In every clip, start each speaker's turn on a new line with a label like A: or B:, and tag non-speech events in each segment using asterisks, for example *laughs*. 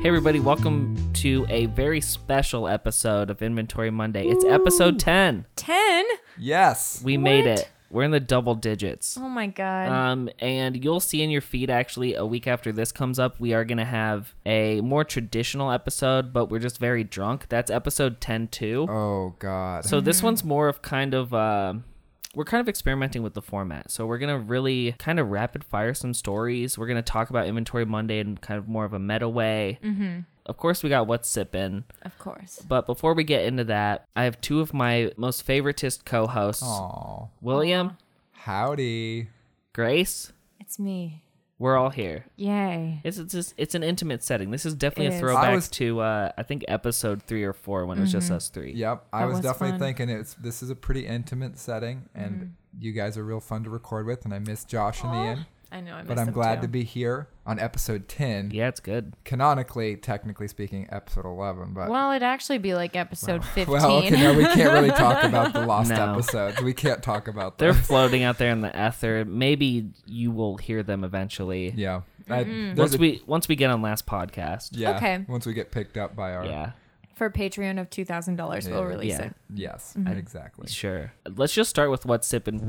A: Hey, everybody, welcome to a very special episode of Inventory Monday. It's episode 10.
B: 10?
C: Yes.
A: We made
B: What?
A: it. We're in the double digits.
B: Oh my god.
A: Um, and you'll see in your feed actually a week after this comes up, we are going to have a more traditional episode, but we're just very drunk. That's episode 10 too.
C: Oh God.
A: So
B: Mm.
A: this one's more of kind of uh, we're kind of experimenting with the format. So we're gonna really kind of rapid fire some stories. We're gonna talk about Inventory Monday in kind of more of a meta way. Mm-hmm. Of course, we got what's sippin'.
B: of course.
A: But before we get into that, I have two of my most favoritist co-hosts,
C: Oh,
A: William,
C: howdy.
A: Grace.
B: It's me.
A: We're all here.
B: Yay.
A: It's it's just, it's an intimate setting. This is definitely
B: It
A: a
B: is.
A: throwback
C: I was-
A: to uh, I think episode three or four when it was
B: Mm-hmm.
A: just us three.
C: Yep. I
B: That
C: was,
B: was
C: definitely
B: fun.
C: thinking it's this is a pretty intimate setting, and you guys are real fun to record with, and I miss Josh and Ian,
B: I know I
C: but I'm glad to be here on episode ten.
A: Yeah, it's good.
C: Canonically, technically speaking, episode eleven, but.
B: Well, it'd actually be like episode 15.
C: *laughs* Well, *laughs* okay, no, we can't really talk about the lost
A: No.
C: episodes. We can't talk about
A: They're
C: *laughs* them.
A: floating out there in the ether. Maybe you will hear them eventually.
C: yeah. I- there's
A: Once
C: a-
A: we once we get on last podcast.
C: yeah.
B: Okay.
C: Once we get picked up by our.
A: Yeah,
B: *laughs* For Patreon of $2,000, we'll
C: Yeah.
B: release
A: Yeah.
B: it.
C: Yes. Exactly.
A: sure. Let's just start with what's sipping.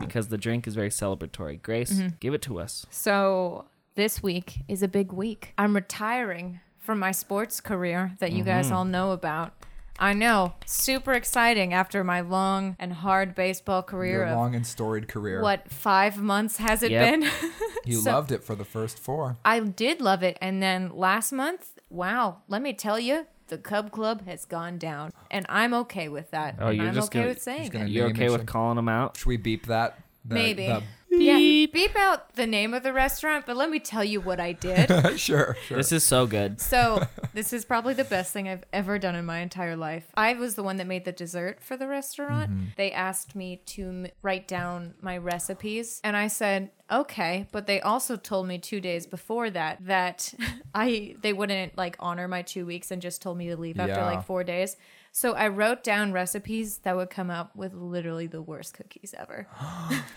A: Because the drink is very celebratory. Grace,
B: Mm-hmm.
A: give it to us.
B: So, this week is a big week. I'm retiring from my sports career that you guys
A: Mm-hmm.
B: all know about. I know. Super exciting after my long and hard baseball career
C: Your
B: of
C: long and storied career.
B: what, 5 months has it
A: Yep.
B: been? *laughs*
C: You
B: so-
C: loved it for the first four.
B: I did love it. And then last month, wow, let me tell you, the Cub Club has gone down. And I'm okay with that.
A: Oh,
B: and
A: you're
B: I'm
A: just
B: okay
A: gonna-
B: with saying
C: just gonna
B: it.
A: You
C: name
A: okay
C: it,
A: with
C: sure.
A: calling them out?
C: Should we beep that? The-
B: Maybe.
C: the-
B: Yeah, beep out the name of the restaurant, but let me tell you what I did.
C: *laughs* sure, sure.
A: This is so good.
B: so, this is probably the best thing I've ever done in my entire life. I was the one that made the dessert for the restaurant. They asked me to m- write down my recipes, and I said, Okay, but they also told me 2 days before that that *laughs* I they wouldn't like honor my 2 weeks and just told me to leave after
C: Yeah.
B: like 4 days. So I wrote down recipes that would come up with literally the worst cookies ever.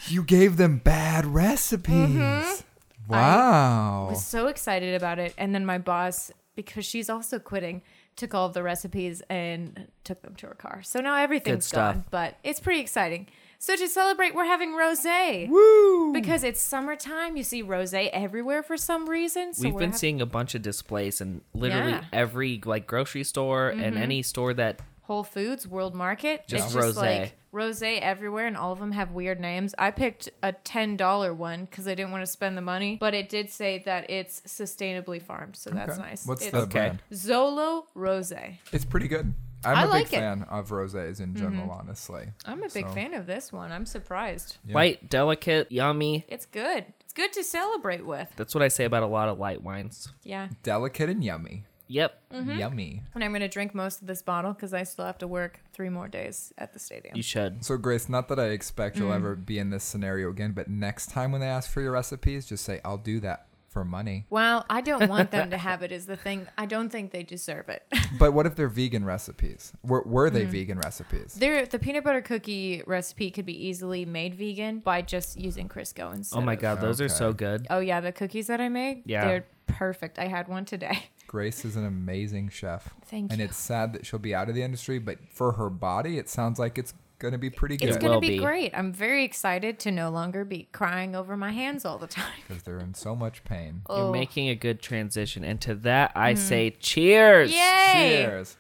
C: you gave them bad recipes. Wow.
B: Mm-hmm. was so excited about it. And then my boss, because she's also quitting, took all of the recipes and took them to her car. So now everything's
A: stuff.
B: gone, but it's pretty exciting. So to celebrate, we're having rosé.
C: Woo!
B: Because it's summertime, you see rosé everywhere for some reason. So
A: We've
B: we're
A: been
B: hav-
A: seeing a bunch of displays in literally
B: Yeah. Mm-hmm.
A: every like grocery store and any store that
B: Whole Foods, World Market.
A: Just
B: it's just
A: rosé.
B: like rosé everywhere, and all of them have weird names. I picked a ten dollar one because I didn't want to spend the money, but it did say that it's sustainably farmed, so that's nice.
C: What's
B: it's
C: the
A: Okay.
C: brand?
B: Zolo Rosé.
C: It's pretty good. I'm
B: I
C: am a
B: like
C: big
B: it. Mm-hmm.
C: fan of rosés in general, honestly.
B: I'm a big
C: So-
B: fan of this one. I'm surprised.
C: Yeah.
A: light, delicate, yummy.
B: It's good. It's good to celebrate with.
A: That's what I say about a lot of light wines.
B: Yeah.
C: Delicate and yummy.
A: Yep.
B: Mm-hmm.
C: Yummy.
B: And I'm going to drink most of this bottle because I still have to work three more days at the stadium.
A: You should.
C: So Grace, not that I expect
B: Mm.
C: you'll ever be in this scenario again, but next time when they ask for your recipes, just say, "I'll do that for money."
B: *laughs* Well, I don't want them to have it, is the thing. I don't think they deserve it. *laughs*
C: But what if they're vegan recipes? Were, were
B: Mm.
C: they vegan recipes?
B: There, the peanut butter cookie recipe could be easily made vegan by just using Crisco instead.
A: Oh my
B: of-
A: god, those are so
C: Okay.
A: good.
B: Oh, yeah. The cookies that I made,
A: Yeah.
B: they're perfect. I had one today.
C: Grace is an amazing chef.
B: Thank
C: and
B: you.
C: it's sad that she'll be out of the industry, but for her body, it sounds like it's going to be pretty
B: It's
C: good
B: going
A: will
B: to be,
A: be.
B: great. I'm very excited to no longer be crying over my hands all the time. *laughs*
C: because they're in so much pain.
B: Oh. Mm-hmm.
A: You're making a good transition, and to that I say cheers.
B: Yay!
C: Cheers.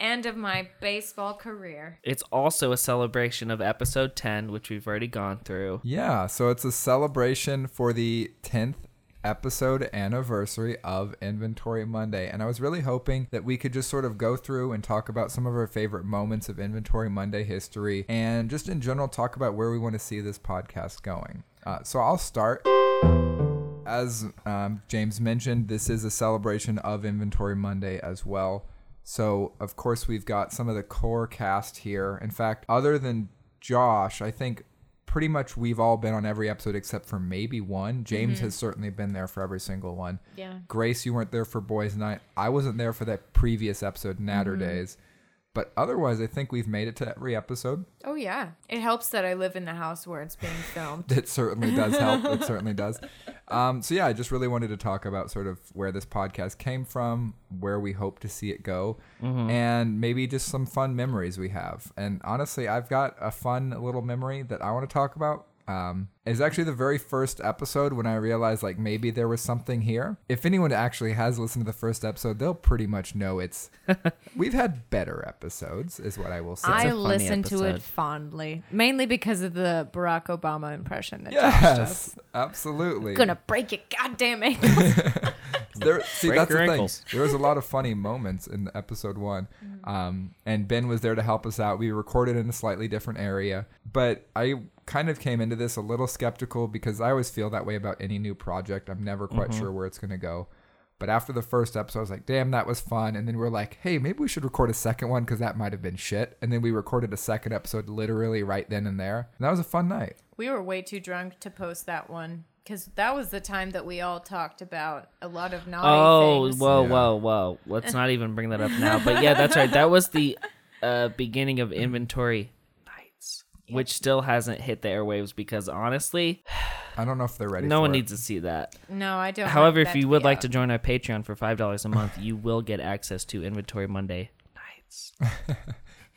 B: End of my baseball career.
A: It's also a celebration of episode 10, which we've already gone through.
C: Yeah, so it's a celebration for the 10th episode anniversary of Inventory Monday. And I was really hoping that we could just sort of go through and talk about some of our favorite moments of Inventory Monday history and just in general talk about where we want to see this podcast going. Uh, so I'll start. As um, James mentioned, this is a celebration of Inventory Monday as well. So, of course, we've got some of the core cast here. In fact, other than Josh, I think pretty much we've all been on every episode except for maybe one. James has certainly been there for every single one.
B: Yeah.
C: Grace, you weren't there for Boys Night. I wasn't there for that previous episode, Natter Days. But otherwise, I think we've made it to every episode.
A: *laughs*
B: Oh yeah. It helps that I live in the house where it's being filmed. *laughs*
C: It certainly does help. It certainly does. Um, so yeah, I just really wanted to talk about sort of where this podcast came from, where we hope to see it go,
B: Mm-hmm.
C: and maybe just some fun memories we have. And honestly, I've got a fun little memory that I want to talk about. Um, it's actually the very first episode when I realized like maybe there was something here. If anyone actually has listened to the first episode, they'll pretty much
B: *laughs*
C: know it's. we've had better episodes, is what I will say.
B: I
A: funny
B: listen to it
A: episode.
B: fondly, mainly because of the Barack Obama impression that Josh
C: *laughs*
B: does.
C: Yes, absolutely.
B: Gonna break your goddamn ankle. *laughs*
C: there, see,
D: Break
C: that's
D: your
C: the thing.
D: ankles.
C: There was a lot of funny moments in the episode one, um, and Ben was there to help us out. We recorded in a slightly different area, but I kind of came into this a little skeptical because I always feel that way about any new project. I'm never quite sure where it's going to go. But after the first episode, I was like, "Damn, that was fun!" And then we were like, "Hey, maybe we should record a second one because that might have been shit." And then we recorded a second episode literally right then and there, and that was a fun night.
B: we were way too drunk to post that one because that was the time that we all talked about a lot of naughty
A: Oh,
B: things.
A: whoa,
C: Yeah.
A: whoa, whoa. Let's not even bring that up now. But yeah, that's right. That was the uh, beginning of inventory nights, which still hasn't hit the airwaves because honestly,
C: I don't know if they're ready.
A: no
C: for
A: one
C: it.
A: needs to see that.
B: No, I don't.
A: However,
B: want that
A: if you
B: to
A: would
B: be
A: like
B: out.
A: to join our Patreon for $5 a month, you will get access to Inventory Monday nights.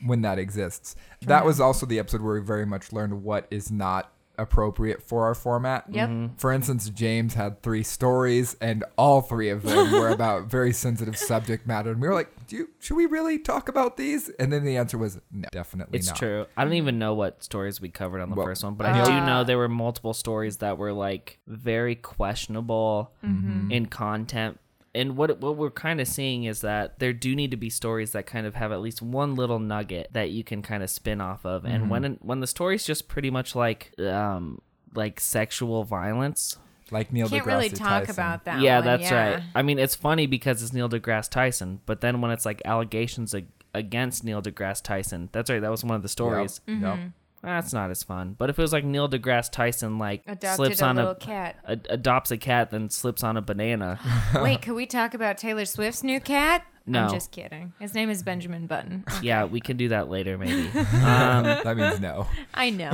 C: when that exists. That was also the episode where we very much learned what is not appropriate for our format.
B: Yep.
A: Mm-hmm.
B: Mhm.
C: For instance, James had three stories and all three of
B: *laughs*
C: them were about very sensitive subject matter and we were like, "Do you, should we really talk about these?" And then the answer was no, definitely
A: It's
C: not.
A: true. I don't even know what stories we covered on the
C: Well,
A: first one, but
C: I
A: I
C: know-
A: do know there were multiple stories that were like very questionable
B: Mm-hmm.
A: in content. And what what we're kind of seeing is that there do need to be stories that kind of have at least one little nugget that you can kind of spin off of. And
C: Mm-hmm.
A: when when the story's just pretty much like um like sexual violence,
C: Like Neil
B: Can't
C: deGrasse
B: really talk
C: Tyson.
B: about that.
A: yeah,
B: one,
A: that's
B: yeah.
A: right. I mean, it's funny because it's Neil deGrasse Tyson, but then when it's like allegations ag- against Neil deGrasse Tyson, that's right. That was one of the stories.
C: Yep,
B: Mm-hmm.
C: yep.
A: That's not as fun. But if it was like Neil deGrasse Tyson, like
B: Adopted
A: slips
B: a
A: on
B: little
A: a,
B: cat.
A: a adopts a cat, then slips on a banana.
B: *laughs* Wait, could we talk about Taylor Swift's new cat?
A: No.
B: I'm just kidding. His name is
A: *laughs*
B: Benjamin Button.
A: yeah, we can do that later, maybe.
B: *laughs*
A: Um,
C: *laughs* that means no.
B: I know.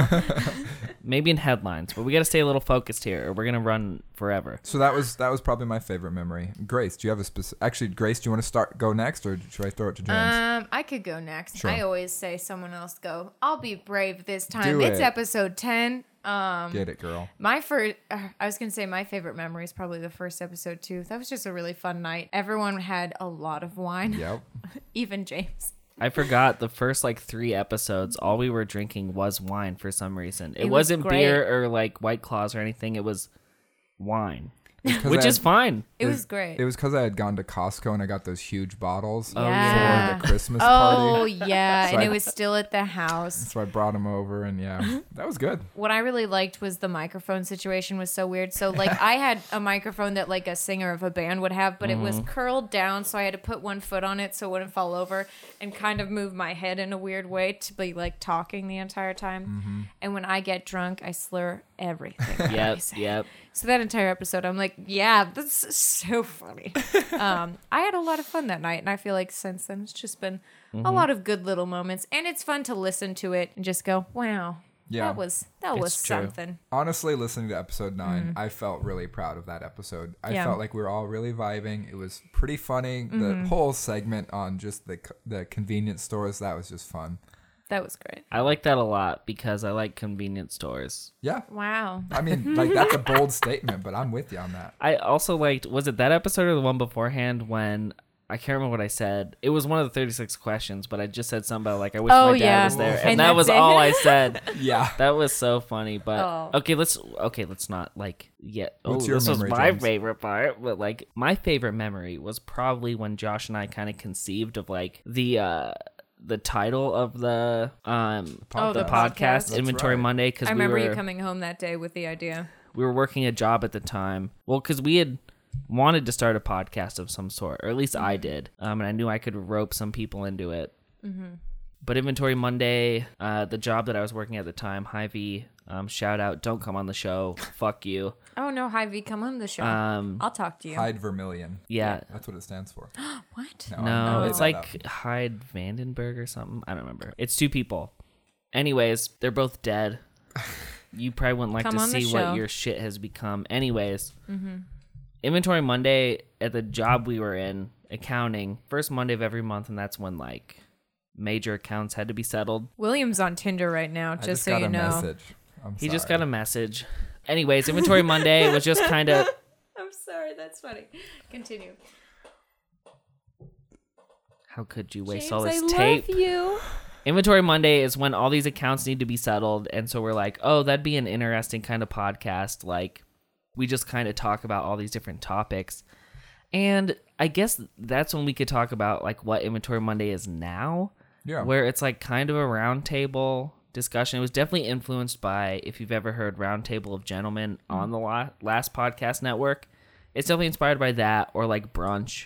A: maybe in headlines, but we got to stay a little focused here, or we're gonna run forever.
C: So that was that was probably my favorite memory. Grace, do you have a specific Actually, Grace, do you want to start go next or should I throw it to James?
B: Um, I could go next.
C: Sure.
B: I always say someone else go. I'll be brave this time.
C: Do
B: it's
C: it.
B: episode ten. Um,
C: Get it, girl.
B: my first, uh, I was gonna say my favorite memory is probably the first episode too. That was just a really fun night. Everyone had a lot of wine,
C: Yep.
B: *laughs* even James.
A: I forgot the first like three episodes. All we were drinking was wine for some reason. It,
B: It was
A: wasn't
B: great.
A: beer or like White Claws or anything. It was wine,
C: 'Cause
A: which
C: I-
A: is
B: *laughs*
A: fine.
B: It was great.
C: It was because I had gone to Costco and I got those huge bottles
A: Oh,
B: yeah.
C: for the Christmas
B: oh
C: party.
B: yeah,
C: *laughs* So
B: and
C: I-
B: it was still at the house.
C: So I brought them over and
B: Mm-hmm.
C: yeah, that was good.
B: What I really liked was the microphone situation was so weird. So like
A: *laughs*
B: I had a microphone that like a singer of a band would have, but it was
A: Mm-hmm.
B: curled down, so I had to put one foot on it so it wouldn't fall over, and kind of move my head in a weird way to be like talking the entire time.
A: Mm-hmm.
B: And when I get drunk, I slur
A: *laughs*
B: everything. that I
A: Yep,
B: say.
A: yep.
B: So that entire episode, I'm like, yeah, this is so
A: *laughs*
B: funny. um, I had a lot of fun that night, and I feel like since then it's just been
A: Mm-hmm.
B: a lot of good little moments, and it's fun to listen to it and just go, wow,
C: Yeah.
B: that was that was
A: It's true.
B: something.
C: Honestly, listening to episode 9, I felt really proud of that episode. I
B: Mm-hmm. Yeah.
C: felt like we were all really vibing. It was pretty funny.
B: Mm-hmm.
C: The whole segment on just the c- the convenience stores, that was just fun.
B: That was great.
A: I like that a lot because I like convenience stores.
C: Yeah.
B: Wow. *laughs*
C: I mean, like that's a bold statement, but I'm with you on that.
A: I also liked was it that episode or the one beforehand when I can't remember what I said. It was one of the 36 questions, but I just said something about like I wish
B: Oh,
A: my dad
B: yeah.
A: was there.
B: *laughs*
A: And,
B: And
A: that
B: that's
A: was
B: it.
A: all I said.
C: *laughs* Yeah.
A: That was so funny, but
B: Oh.
A: okay, let's okay, let's not like yet. Oh,
C: What's your
A: this
C: memory,
A: was my
C: James?
A: favorite part, but like my favorite memory was probably when Josh and I kind of conceived of like the uh the title of the um
C: Oh, the
A: the
C: podcast.
A: podcast,
C: That's
A: Inventory
C: right.
A: Monday because
B: I
A: we
B: remember
A: were,
B: you coming home that day with the idea.
A: we were working a job at the time. Well, because we had wanted to start a podcast of some sort, or at least I did. Um, and I knew I could rope some people into it. But Inventory Monday, uh, the job that I was working at the time, Hy-Vee, um, shout out, don't come on the show, fuck you.
B: Oh no, Hy V, come on the show.
A: Um,
B: I'll talk to you.
C: Hide Vermilion.
A: yeah.
C: That's what it stands for.
B: what?
C: I
A: No,
C: made
A: it's
C: that
A: like Hyde Vandenberg or something. I don't remember. It's two people. Anyways, they're both dead. you probably wouldn't like
B: Come
A: to
B: on the
A: see what
B: show. Mm-hmm.
A: your shit has become. Anyways, Inventory Monday at the job we were in, accounting, first Monday of every month, and that's when like major accounts had to be settled.
B: William's on Tinder right now,
C: I
B: just,
C: just
B: so
C: got
B: you
C: a
B: know.
C: message. I'm
A: He just
C: sorry.
A: got a message. Anyways, Inventory Monday was just kind
B: *laughs*
A: of
B: I'm sorry, that's funny. Continue.
A: how could you waste
B: James,
A: all
B: I
A: this tape?
B: love you.
A: Inventory Monday is when all these accounts need to be settled. And so we're like, oh, that'd be an interesting kind of podcast. Like, we just kind of talk about all these different topics. And I guess that's when we could talk about like what Inventory Monday is now,
C: Yeah.
A: where it's like kind of a roundtable discussion. It was definitely influenced by, if you've ever heard Roundtable of Gentlemen on the la- last podcast network, it's definitely inspired by that or like brunch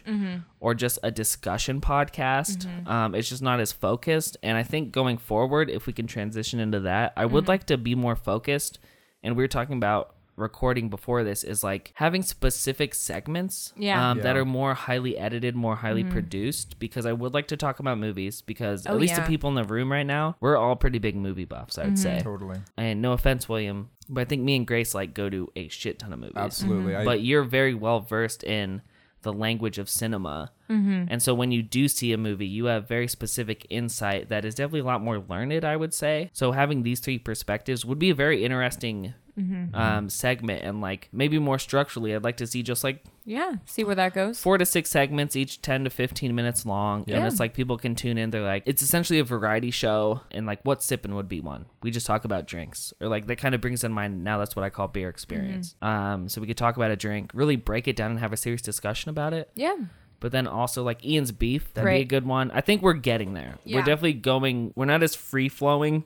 A: or just a discussion podcast. Um, it's just not as focused. And I think going forward, if we can transition into that, I would like to be more focused. And we were talking about recording before this is like having specific segments
B: Yeah. Mm-hmm.
A: um, that
C: Yeah.
A: are more highly edited, more highly produced. Because I would like to talk about movies because
B: Oh,
A: at least
B: yeah.
A: the people in the room right now, we're all pretty big movie buffs, I would say.
B: Mm-hmm.
C: totally.
A: And no offense, William, but I think me and Grace like go to a shit ton of movies
C: Absolutely.
B: Mm-hmm.
C: I,
A: but you're very well versed in the language of cinema.
B: Mm-hmm.
A: And so when you do see a movie, you have very specific insight that is definitely a lot more learned, I would say. So having these three perspectives would be a very interesting
B: Mm-hmm.
A: um, segment and like maybe more structurally, I'd like to see just like
B: Yeah, see where that goes.
A: four to six segments, each 10 to 15 minutes long.
B: Yeah.
A: And it's like people can tune in. They're like, it's essentially a variety show. And like, what sipping would be one? We just talk about drinks. Or like, that kind of brings in mind now that's what I call beer experience. Um, so we could talk about a drink, really break it down and have a serious discussion about it.
B: Yeah.
A: But then also like Ian's beef, that'd be a
B: Right.
A: good one. I think we're getting there.
B: Yeah. Mm-hmm.
A: We're definitely going. We're not as free flowing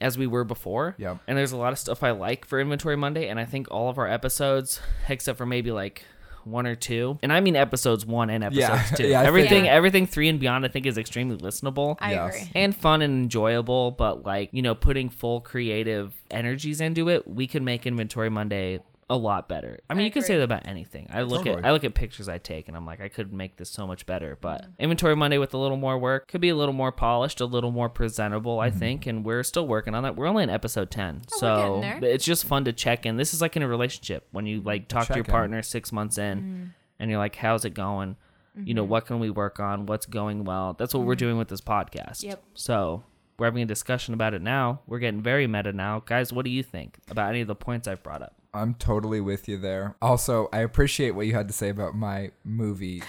A: as we were before.
C: Yep.
A: And there's a lot of stuff I like for Inventory Monday, and I think all of our episodes, except for maybe like one or two, and I mean episodes one and episodes
C: Yeah. *laughs*
A: two.
C: Yeah, I think-
A: everything,
B: Yeah.
A: everything three and beyond, I think is extremely listenable.
B: I
C: Yes.
B: agree.
A: and fun and enjoyable, but like, you know, putting full creative energies into it, we can make Inventory Monday a lot better. I mean,
B: I
A: you can
B: agree.
A: say that about anything. I look
C: Totally.
A: at I look at pictures I take and I'm like, I could make this so much better. But Inventory Monday with a little more work could be a little more polished, a little more presentable, I think. And we're still working on that. We're only in episode ten,
B: Oh, we're
A: so
B: getting there.
A: it's just fun to check in. This is like in a relationship when you like talk to your
C: Check-in.
A: partner six months in,
B: Mm-hmm.
A: and you're like, how's it going? You know, what can we work on? What's going well? That's what we're doing with this podcast.
B: Mm-hmm. Yep.
A: So we're having a discussion about it now. We're getting very meta now. Guys, what do you think about any of the points I've brought up?
C: I'm totally with you there. Also, I appreciate what you had to say about my movie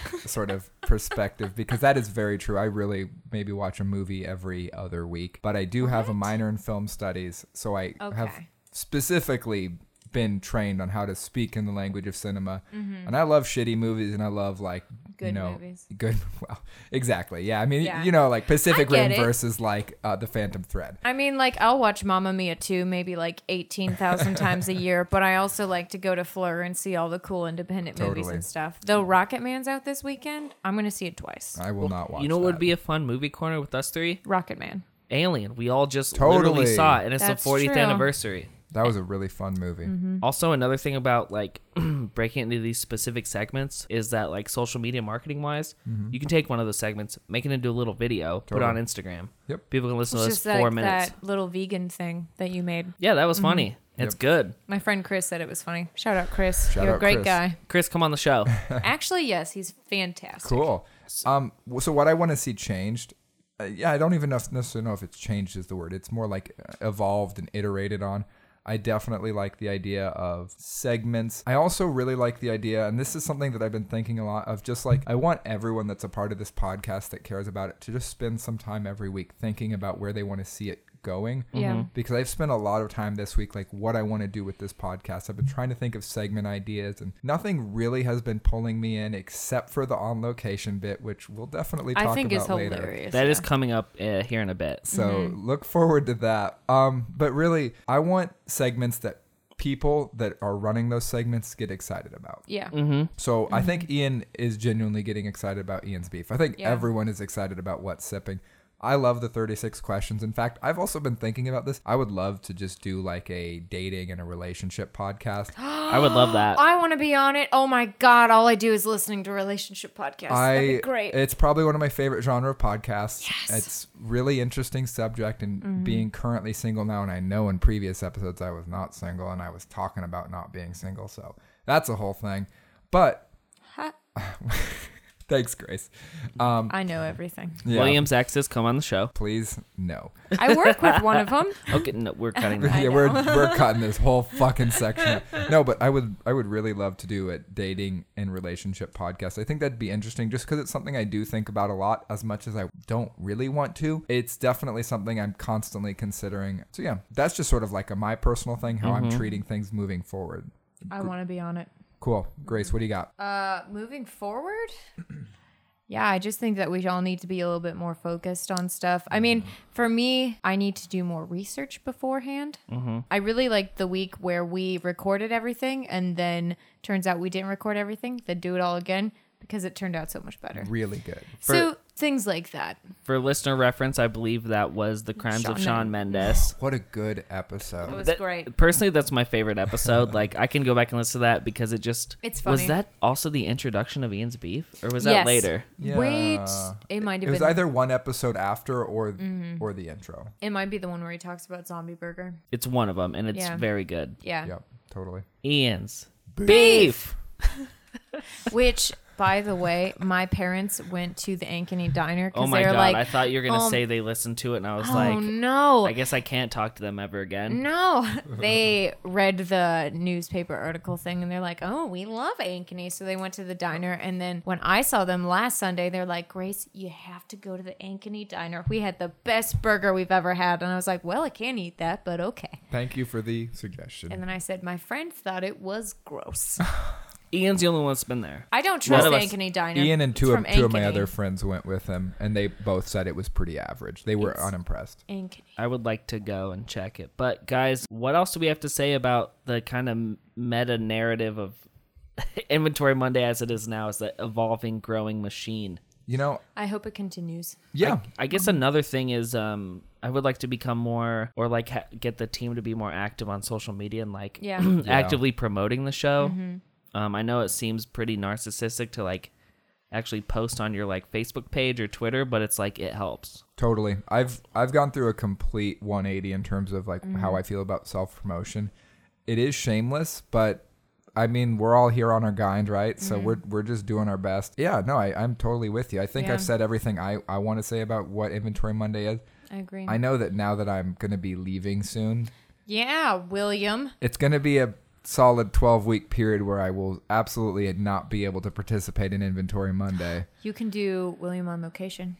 B: *laughs*
C: sort of perspective because that is very true. I really maybe watch a movie every other week, but I do have a minor in film studies, so I have
B: Okay.
C: specifically been trained on how to speak in the language of cinema. And I love shitty movies and I love like you
B: Mm-hmm. Good
C: know
B: movies.
C: good *laughs* well exactly. Yeah, I mean
B: Yeah.
C: you know like Pacific
B: I get
C: Rim
B: it.
C: versus like uh, The Phantom Thread.
B: I mean, like, I'll watch Mamma Mia 2 maybe like
A: *laughs*
B: 18,000 times a year, but I also like to go to Fleur and see all the cool independent movies
C: Totally.
B: and stuff. Though Rocket Man's out this weekend, I'm going to see it twice.
C: I will not watch
A: you know what
C: that.
A: would be a fun movie corner with us three?
B: Rocket Man.
A: Alien. We all just
C: Totally.
A: literally saw it, and it's
B: That's
A: the 40th
B: true. Mm-hmm.
A: anniversary.
C: That was a really fun movie.
A: Also, another thing about like *clears throat* breaking into these specific segments is that like social media marketing wise, you can take one of those segments, make it into a little video, put it on
C: Mm-hmm. Totally.
A: Instagram.
C: Yep.
A: People can listen
B: It's
A: to
B: just
A: this four
B: like
A: minutes.
B: that little vegan thing that you made.
A: Yeah, that was funny. It's
C: Mm-hmm. Yep.
A: good.
B: My friend Chris said it was funny. Shout out, Chris.
C: Shout
B: You're
C: out
B: a great
C: Chris. *laughs*
B: guy.
A: Chris, come on the
B: *laughs*
A: show.
B: Actually, yes, he's fantastic.
C: Cool. Um. w- So what I want to see changed. Uh, yeah, I don't even know if- necessarily know if it's changed is the word. It's more like uh, evolved and iterated on. I definitely like the idea of segments. I also really like the idea, and this is something that I've been thinking a lot of. Just like I want everyone that's a part of this podcast that cares about it to just spend some time every week thinking about where they want to see it going.
B: Yeah. Mhm.
C: Because I've spent a lot of time this week, like what I want to do with this podcast. I've been trying to think of segment ideas, and nothing really has been pulling me in except for the on location bit, which we'll definitely talk
B: I think
C: about
B: is
C: later.
B: hilarious. Mm-hmm.
A: That
B: yeah.
A: is coming up uh, here in a
B: *gasps*
A: bit.
C: So look forward to that. Um, but really, I want segments that people that are running those segments get excited about.
B: Yeah.
A: mm-hmm.
C: So I think Ian is genuinely getting excited about Ian's beef. I think
B: Mm-hmm. Yeah.
C: everyone is excited about what's sipping. I love the 36 questions. In fact, I've also been thinking about this. I would love to just do like a dating and a relationship
B: *gasps*
C: podcast.
A: I would love that.
B: I want to be on it. Oh my god! All I do is listening to relationship podcasts. That'd be
C: I
B: great.
C: It's probably one of my favorite genre of podcasts. Yes. It's really interesting subject and
B: Mm-hmm.
C: being currently single now and I know in previous episodes I was not single and I was talking about not being single. So that's a whole thing. But
B: Ha.
C: *laughs* thanks Grace. Um
B: I know everything.
C: yeah,
A: William Zaxis, come on the show.
C: please no.
B: I work with one of them.
A: Okay, no,
B: *laughs*
A: we're cutting that.
C: yeah, we're we're cutting this whole fucking section. out. No, but I would I would really love to do a dating and relationship podcast. I think that'd be interesting, just because it's something I do think about a lot. As much as I don't really want to, it's definitely something I'm constantly considering. So yeah, that's just sort of like a my personal thing, how I'm treating things moving forward.
B: I want to be on it.
C: Cool, Grace. What do you got?
B: Uh, moving forward, *clears throat* yeah, I just think that we all need to be a little bit more focused on stuff. I mean, for me, I need to do more research beforehand. I really liked the week where we recorded everything and then turns out we didn't record everything, then do it all again because it turned out so much better.
C: Really good.
B: so things like that.
A: For listener reference, I believe that was the crimes of
B: Shawn
A: Sean Mendes.
C: What a good episode.
A: *laughs*
B: was
A: That-
B: great.
A: Personally, that's my favorite
C: *laughs*
A: episode. like I can go back and listen to that because it just
B: It's
A: was
B: funny.
A: that also the introduction of Ian's beef or was that
B: Yes.
A: later?
B: Wait,
C: Yeah.
B: it might
C: It
B: have
C: was
B: been.
C: either one episode after or
B: Mm-hmm.
C: or the intro.
B: it might be the one where he talks about zombie burger.
A: It's one of them and it's
B: Yeah.
A: very good.
B: Yeah.
C: Yep, totally.
A: Ian's beef.
B: Which, by the way, my parents went to the Ankeny Diner because
A: Oh my
B: they're
A: god,
B: like,
A: I thought you were gonna
B: um,
A: say they listened to it and I was
B: "Oh
A: like
B: no,
A: I guess I can't talk to them ever again.
B: no." *laughs* they read the newspaper article thing and they're like, "Oh, we love Ankeny," so they went to the diner. And then when I saw them last Sunday, they're like, "Grace, you have to go to the Ankeny Diner. We had the best burger we've ever had." And I was like, "Well, I can't eat that, but okay."
C: Thank you for the suggestion.
B: And then I said, "My friend thought it was gross.
A: Ian's the only one that's been there.
B: I don't trust
A: None of us-
B: Ankeny Diner."
C: Ian and
B: It's
C: two
B: from
C: of two of my
B: Ankeny.
C: other friends went with him, and they both said it was pretty average. They were
B: It's-
C: unimpressed.
B: Ankeny.
A: I would like to go and check it. But guys, what else do we have to say about the kind of meta narrative of *laughs* Inventory Monday as it is now is the evolving, growing machine?
C: You know,
B: I hope it continues.
C: yeah,
A: I guess another thing is um, I would like to become more or like ha- get the team to be more active on social media and like *clears throat*
B: Yeah.
A: actively promoting the show. Um, I know it seems pretty narcissistic to like actually post on your like Facebook page or Twitter, but it's like it helps.
C: totally. I've I've gone through a complete 180 in terms of like
B: Mm.
C: how I feel about self promotion. It is shameless, but I mean, we're all here on our grind, right? So
B: Mm-hmm.
C: we're we're just doing our best. Yeah, no, I, I'm totally with you. I think
B: Yeah.
C: I've said everything I I want to say about what Inventory Monday is.
B: I agree.
C: I know that now that I'm gonna be leaving soon,
B: Yeah, William.
C: it's going to be a solid 12 week period where I will absolutely not be able to participate in Inventory Monday.
B: You can do William on location.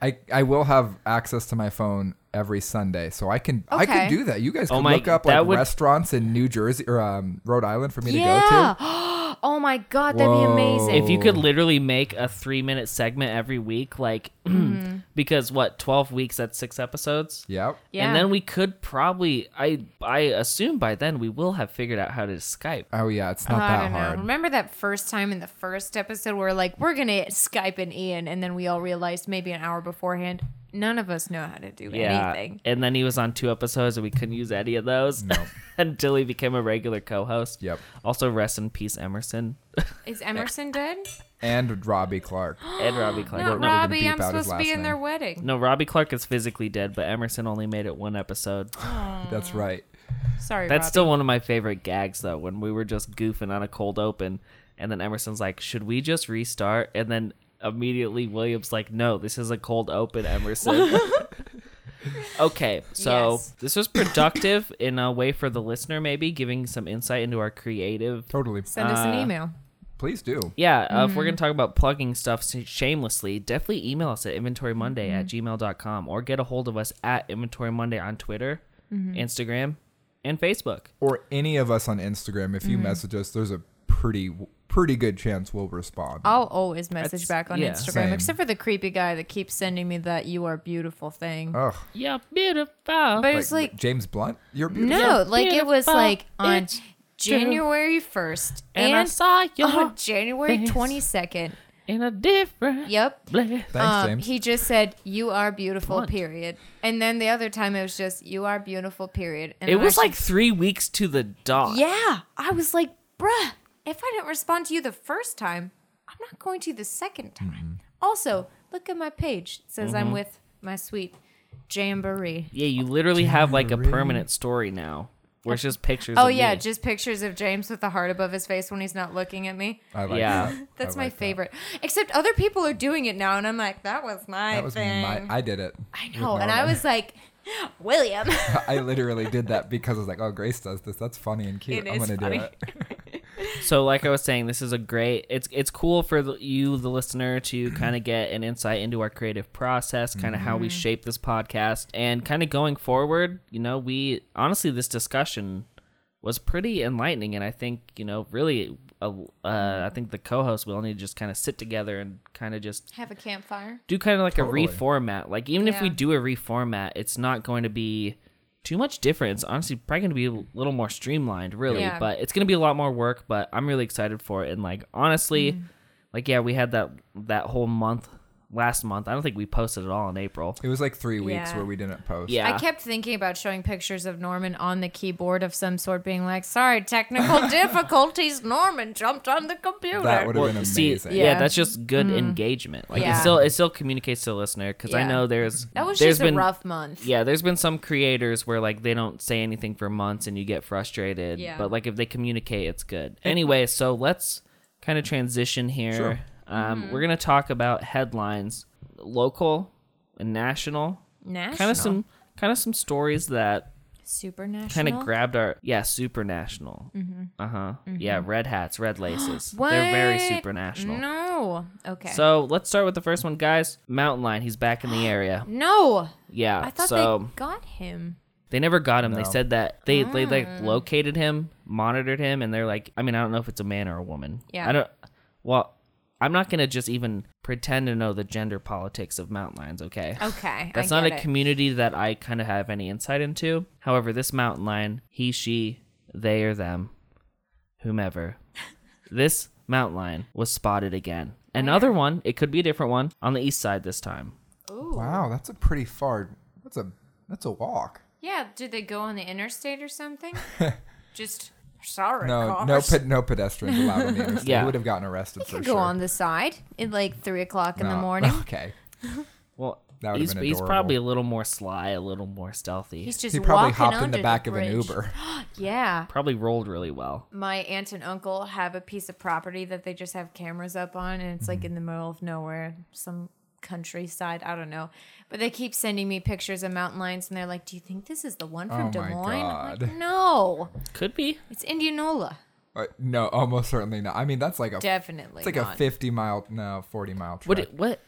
C: I, I will have access to my phone every Sunday, so I can I can
B: Okay.
C: do that. You guys
A: Oh
C: can
A: my-
C: look up
A: that
C: like
A: would-
C: restaurants in New Jersey or um, Rhode Island for me to go
B: Yeah. *gasps*
C: to.
B: oh my God, that'd be
C: Whoa.
B: amazing.
A: If you could literally make a three minute segment every week, like *clears throat* because what, twelve weeks, that's six episodes?
C: Yep.
B: yeah.
A: And then we could probably I I assume by then we will have figured out how to Skype.
C: Oh yeah, it's
B: Oh,
C: not
B: I
C: that
B: don't know.
C: hard.
B: Remember that first time in the first episode where like we're gonna Skype and Ian, and then we all realized maybe an hour beforehand none of us know how to do
A: Yeah.
B: anything.
A: And then he was on two episodes and we couldn't use any of those *laughs* until he became a regular co host.
C: Yep.
A: Also rest in peace Emerson *gasps*
B: Is Emerson dead?
C: And Robbie
B: *gasps*
C: Clark.
A: and Robbie Clark.
B: Not
A: no,
C: gonna
B: Robbie.
C: beep
B: I'm
C: out his
B: supposed to be
C: last
B: in their
C: name.
B: wedding.
A: no, Robbie Clark is physically dead, but Emerson only made it one episode.
C: That's right.
B: Sorry,
A: That's
B: Robbie.
A: still one of my favorite gags though, when we were just goofing on a cold open and then Emerson's like, Should we just restart? And then immediately Williams like, No, this is a cold open,
B: *laughs*
A: Emerson. okay, so
B: Yes.
A: this was productive in a way for the listener, maybe giving some insight into our creative
C: Totally.
B: Send us an
A: uh,
B: email.
C: Please do.
A: yeah, uh,
B: Mm-hmm.
A: if we're going to talk about plugging stuff sh- shamelessly, definitely email us at inventorymonday at
B: Mm-hmm.
A: gmail.com or get a hold of us at Inventory Monday on Twitter,
B: Mm-hmm.
A: Instagram, and Facebook.
C: Or any of us on Instagram if you
B: Mm-hmm.
C: message us, there's a pretty pretty good chance we'll respond.
B: I'll always
A: That's-
B: message back on
A: yeah.
B: Instagram,
C: Same.
B: except for the creepy guy that keeps sending me that "you are beautiful" thing.
C: Ugh.
A: Yeah, beautiful.
B: but it's like
C: James Blunt? You're
B: No,
C: beautiful.
A: Yeah,
B: like it was
A: beautiful.
B: like on
A: It's true.
B: January 1st
A: and,
B: and, Uh-huh.
A: I saw your
B: on January
A: face.
B: 22nd.
A: in a different
B: Yep.
A: place.
C: Thanks,
B: Um,
C: James.
B: He just said, "You are beautiful."
A: Blunt.
B: Period. And then the other time it was just, "You are beautiful." Period. And
A: It
B: then
A: was
B: I
A: like three weeks to the dot.
B: should- yeah. I was like, "Bruh, if I didn't respond to you the first time, I'm not going to the second time."
C: Mm-hmm.
B: Also, look at my page. It says I'm with my sweet jamboree.
A: Yeah, you literally have like a permanent story now, where it's just pictures.
B: Oh
A: of
B: yeah,
A: me.
B: just pictures of James with the heart above his face when he's not looking at me.
C: I like
A: Yeah.
B: *laughs*
C: that.
B: That's
C: I
B: my
C: like that.
B: favorite. Except other people are doing it now, and I'm like, that was my
C: That was
B: thing.
C: my. I did it.
B: I
C: with
B: know,
C: my
B: and I
C: mom.
B: was like, William.
C: *laughs* I literally did that because I was like, "Oh, Grace does this. That's funny and cute.
B: It
C: I'm
B: is
C: gonna
B: funny.
C: do it."
A: So, like I was saying, this is a great. It's it's cool for the, you, the listener, to kind of get an insight into our creative process, kind of how
B: Mm-hmm.
A: we shape this podcast, and kind of going forward. You know, we honestly this discussion was pretty enlightening, and I think you know really. Uh, uh, I think the co-hosts will need to just kind of sit together and kind of just
B: Have a campfire.
A: do kind of like
C: Totally.
A: a reformat. Like even if we
B: Yeah.
A: do a reformat, it's not going to be too much different. It's honestly probably going to be a little more streamlined, really.
B: Yeah.
A: But it's going to be a lot more work. But I'm really excited for it. And like honestly,
B: Mm.
A: like yeah, we had that that whole month last month. I don't think we posted at all in April.
C: It was like
B: *laughs*
C: three weeks
B: Yeah.
C: where we didn't post.
A: Yeah,
B: I kept thinking about showing pictures of Norman on the keyboard of some sort, being like, sorry,
A: *laughs*
B: technical difficulties. Norman jumped on the computer.
C: That would have been
A: see,
C: amazing.
A: yeah.
B: Yeah. Mm.
A: that's just good engagement. Like
B: Yeah.
A: it still it still communicates to the listener because I
B: Yeah.
A: know there's
B: that was
A: there's
B: just
A: been
B: a rough month.
A: yeah there's been some creators where like they don't say anything for months and you get frustrated
B: Yeah.
A: but like if they communicate it's good anyway so let's kind of transition here
C: Sure.
A: um,
B: Mm-hmm.
A: we're gonna talk about headlines local and national
B: National.
A: kind of some kind of some stories that
B: Supernational.
A: kind of grabbed our yeah supernational
B: Mm-hmm.
A: uh-huh yeah red hats
B: *gasps*
A: red laces they're very
B: What?
A: supernational
B: No. Okay.
A: so let's start with the first one guys mountain lion he's back in
B: *gasps*
A: the area
B: no.
A: yeah
B: I thought
A: so
B: they got him.
A: They never got him. They
C: No.
A: said that they they like
B: Hmm.
A: located him, monitored him, and they're like, I mean, I don't know if it's a man or a woman.
B: Yeah.
A: I don't. Well, I'm not gonna just even pretend to know the gender politics of mountain lions. Okay.
B: Okay.
A: That's
B: I
A: not
B: get
A: a
B: it.
A: community that I kind of have any insight into. However, this mountain lion, he, she, they, or them,
B: *laughs*
A: whomever, this mountain lion was spotted again. Another one. It could be a different one on the east side this time.
C: Wow, that's a pretty far. That's a that's a walk.
B: Yeah, did they go on the interstate
A: *laughs*
B: or something? Just sorry,
C: No,
B: cars.
C: no, pe- no pedestrians
B: *laughs*
C: allowed on the interstate.
A: Yeah.
C: We would have gotten arrested
B: You
C: for
B: could
C: sure.
B: go on the side at like three o'clock in the
A: *laughs*
C: No.
B: morning.
C: *laughs* Okay,
A: Well,
C: That would've
A: he's,
C: been
A: he's
C: adorable.
A: probably a little more sly, a little more stealthy.
B: He's just
C: he probably
B: walking
C: hopped in
B: under
C: the back of an
B: bridge. *laughs*
C: Uber.
B: Yeah,
A: probably rolled really well.
B: my aunt and uncle have a piece of property that they just have cameras up on, and it's
C: Mm-hmm.
B: like in the middle of nowhere, some countryside. I don't know, but they keep sending me pictures of mountain lions, and they're like, "Do you think this is the one from
C: Oh
B: Des
C: my
B: Moines?" I'm
C: God.
B: like, no,
A: Could be.
B: it's Indianola,
C: Uh, no, almost certainly not. I mean, that's like a
B: definitely.
C: it's like
B: not.
C: a fifty mile, no, forty mile trip.
A: What it, what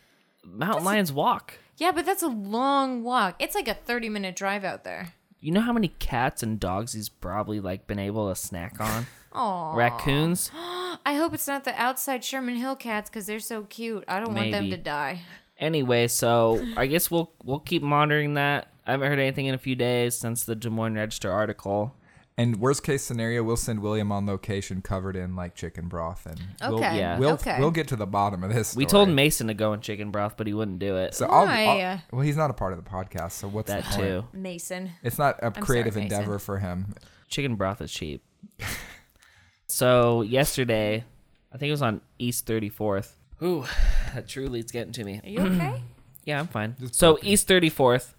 A: mountain lions walk?
B: Yeah, but that's a long walk. It's like a 30 minute drive out there.
A: You know how many cats and dogs he's probably like been able to snack on?
B: Oh,
A: Raccoons?
B: I hope it's not the outside Sherman Hill cats because they're so cute. I don't want them
A: Maybe.
B: to die.
A: Anyway, so I guess we'll we'll keep monitoring that. I haven't heard anything in a few days since the Des Moines Register article.
C: and worst case scenario, we'll send William on location covered in like chicken broth, and we'll
B: Okay.
A: yeah.
C: we'll,
B: okay.
C: we'll get to the bottom of this.
A: We
C: story.
A: told Mason to go in chicken broth, but he wouldn't do it.
C: So I'll,
B: Why?
C: I'll- well, he's not a part of the podcast, so what's
A: that
C: the point?
A: too.
B: Mason.
C: It's not a
B: sorry,
C: creative
B: Mason.
C: endeavor for him.
A: Chicken broth is *laughs* cheap. so yesterday, I think it was on East 34th. Ooh, that truly is getting to me.
B: Are you
A: Mm.
B: okay?
A: Yeah, I'm fine. so East 34th,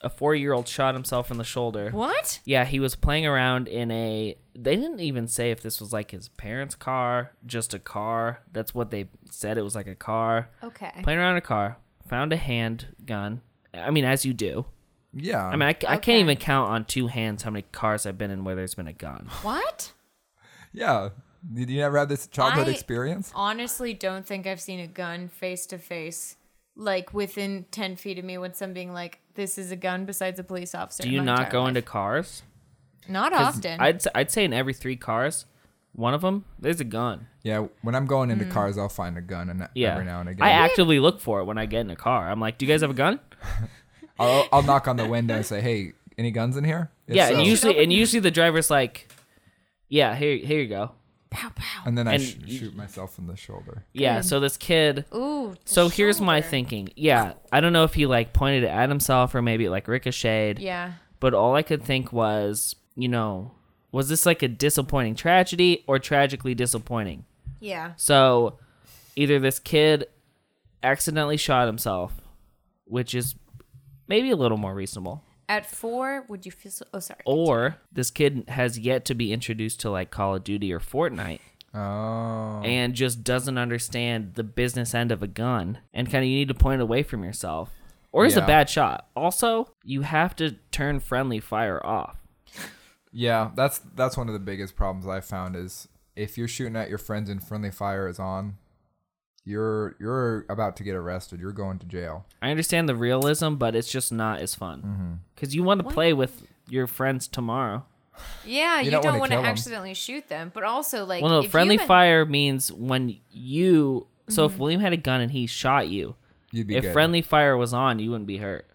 A: a four-year-old shot himself in the shoulder.
B: what?
A: Yeah, he was playing around in a. They didn't even say if this was like his parents' car, just a car. That's what they said. It was like a car.
B: Okay.
A: Playing around in a car, found a handgun. I mean, as you do.
C: Yeah,
A: I mean, I, I
B: Okay.
A: can't even count on two hands how many cars I've been in where there's been a
B: *laughs*
A: gun.
B: What?
C: yeah. Did you ever have this childhood
B: I-
C: experience?
B: Honestly, don't think I've seen a gun face to face, like within 10 feet of me when some being like, this is a gun besides a police officer.
A: Do you not go into cars?
B: Not
A: 'Cause
B: often.
A: I'd, s- I'd say in every three cars, one of them, there's a gun.
C: Yeah, when I'm going
B: Hmm.
C: into cars, I'll find a gun and
A: Yeah.
C: every now and
A: I
C: again.
A: actively look for it when I get in a car. I'm like, do you guys have a gun?
C: I'll, I'll knock on the window and say, "Hey, any guns in here?" If
A: yeah,
C: so-
A: and
B: you should
A: usually
B: open
A: and usually the driver's like, yeah, here here you go.
B: Pow pow.
C: And then I
A: And
C: sh-
A: y-
C: shoot myself in the shoulder.
A: Yeah, so this kid
B: Ooh. the
A: so here's my
B: shoulder.
A: thinking. Yeah, I don't know if he like pointed it at himself or maybe it like ricocheted.
B: Yeah.
A: But all I could think was, you know, was this like a disappointing tragedy or tragically disappointing?
B: Yeah.
A: So either this kid accidentally shot himself, which is maybe a little more reasonable,
B: At four, would you feel so? Oh, sorry.
A: or this kid has yet to be introduced to like Call of Duty or Fortnite
C: Oh.
A: and just doesn't understand the business end of a gun and kind of you need to point it away from yourself. Or is a
C: Yeah.
A: bad shot. Also, you have to turn friendly fire off.
C: Yeah, that's that's one of the biggest problems I found is if you're shooting at your friends and friendly fire is on, you're you're about to get arrested. You're going to jail.
A: I understand the realism, but it's just not as
C: Mm-hmm.
A: fun. Because you want to play with your friends tomorrow.
B: Yeah, you,
C: don't
B: don't
C: wanna
B: want to
C: kill 'em.
B: accidentally shoot them, but also like
A: Well,
B: if
A: no,
B: you
A: friendly
B: had- Mm-hmm.
A: fire means when you. So if William had a gun and he shot you,
C: You'd be
A: if
C: good.
A: friendly fire was on, you wouldn't be hurt.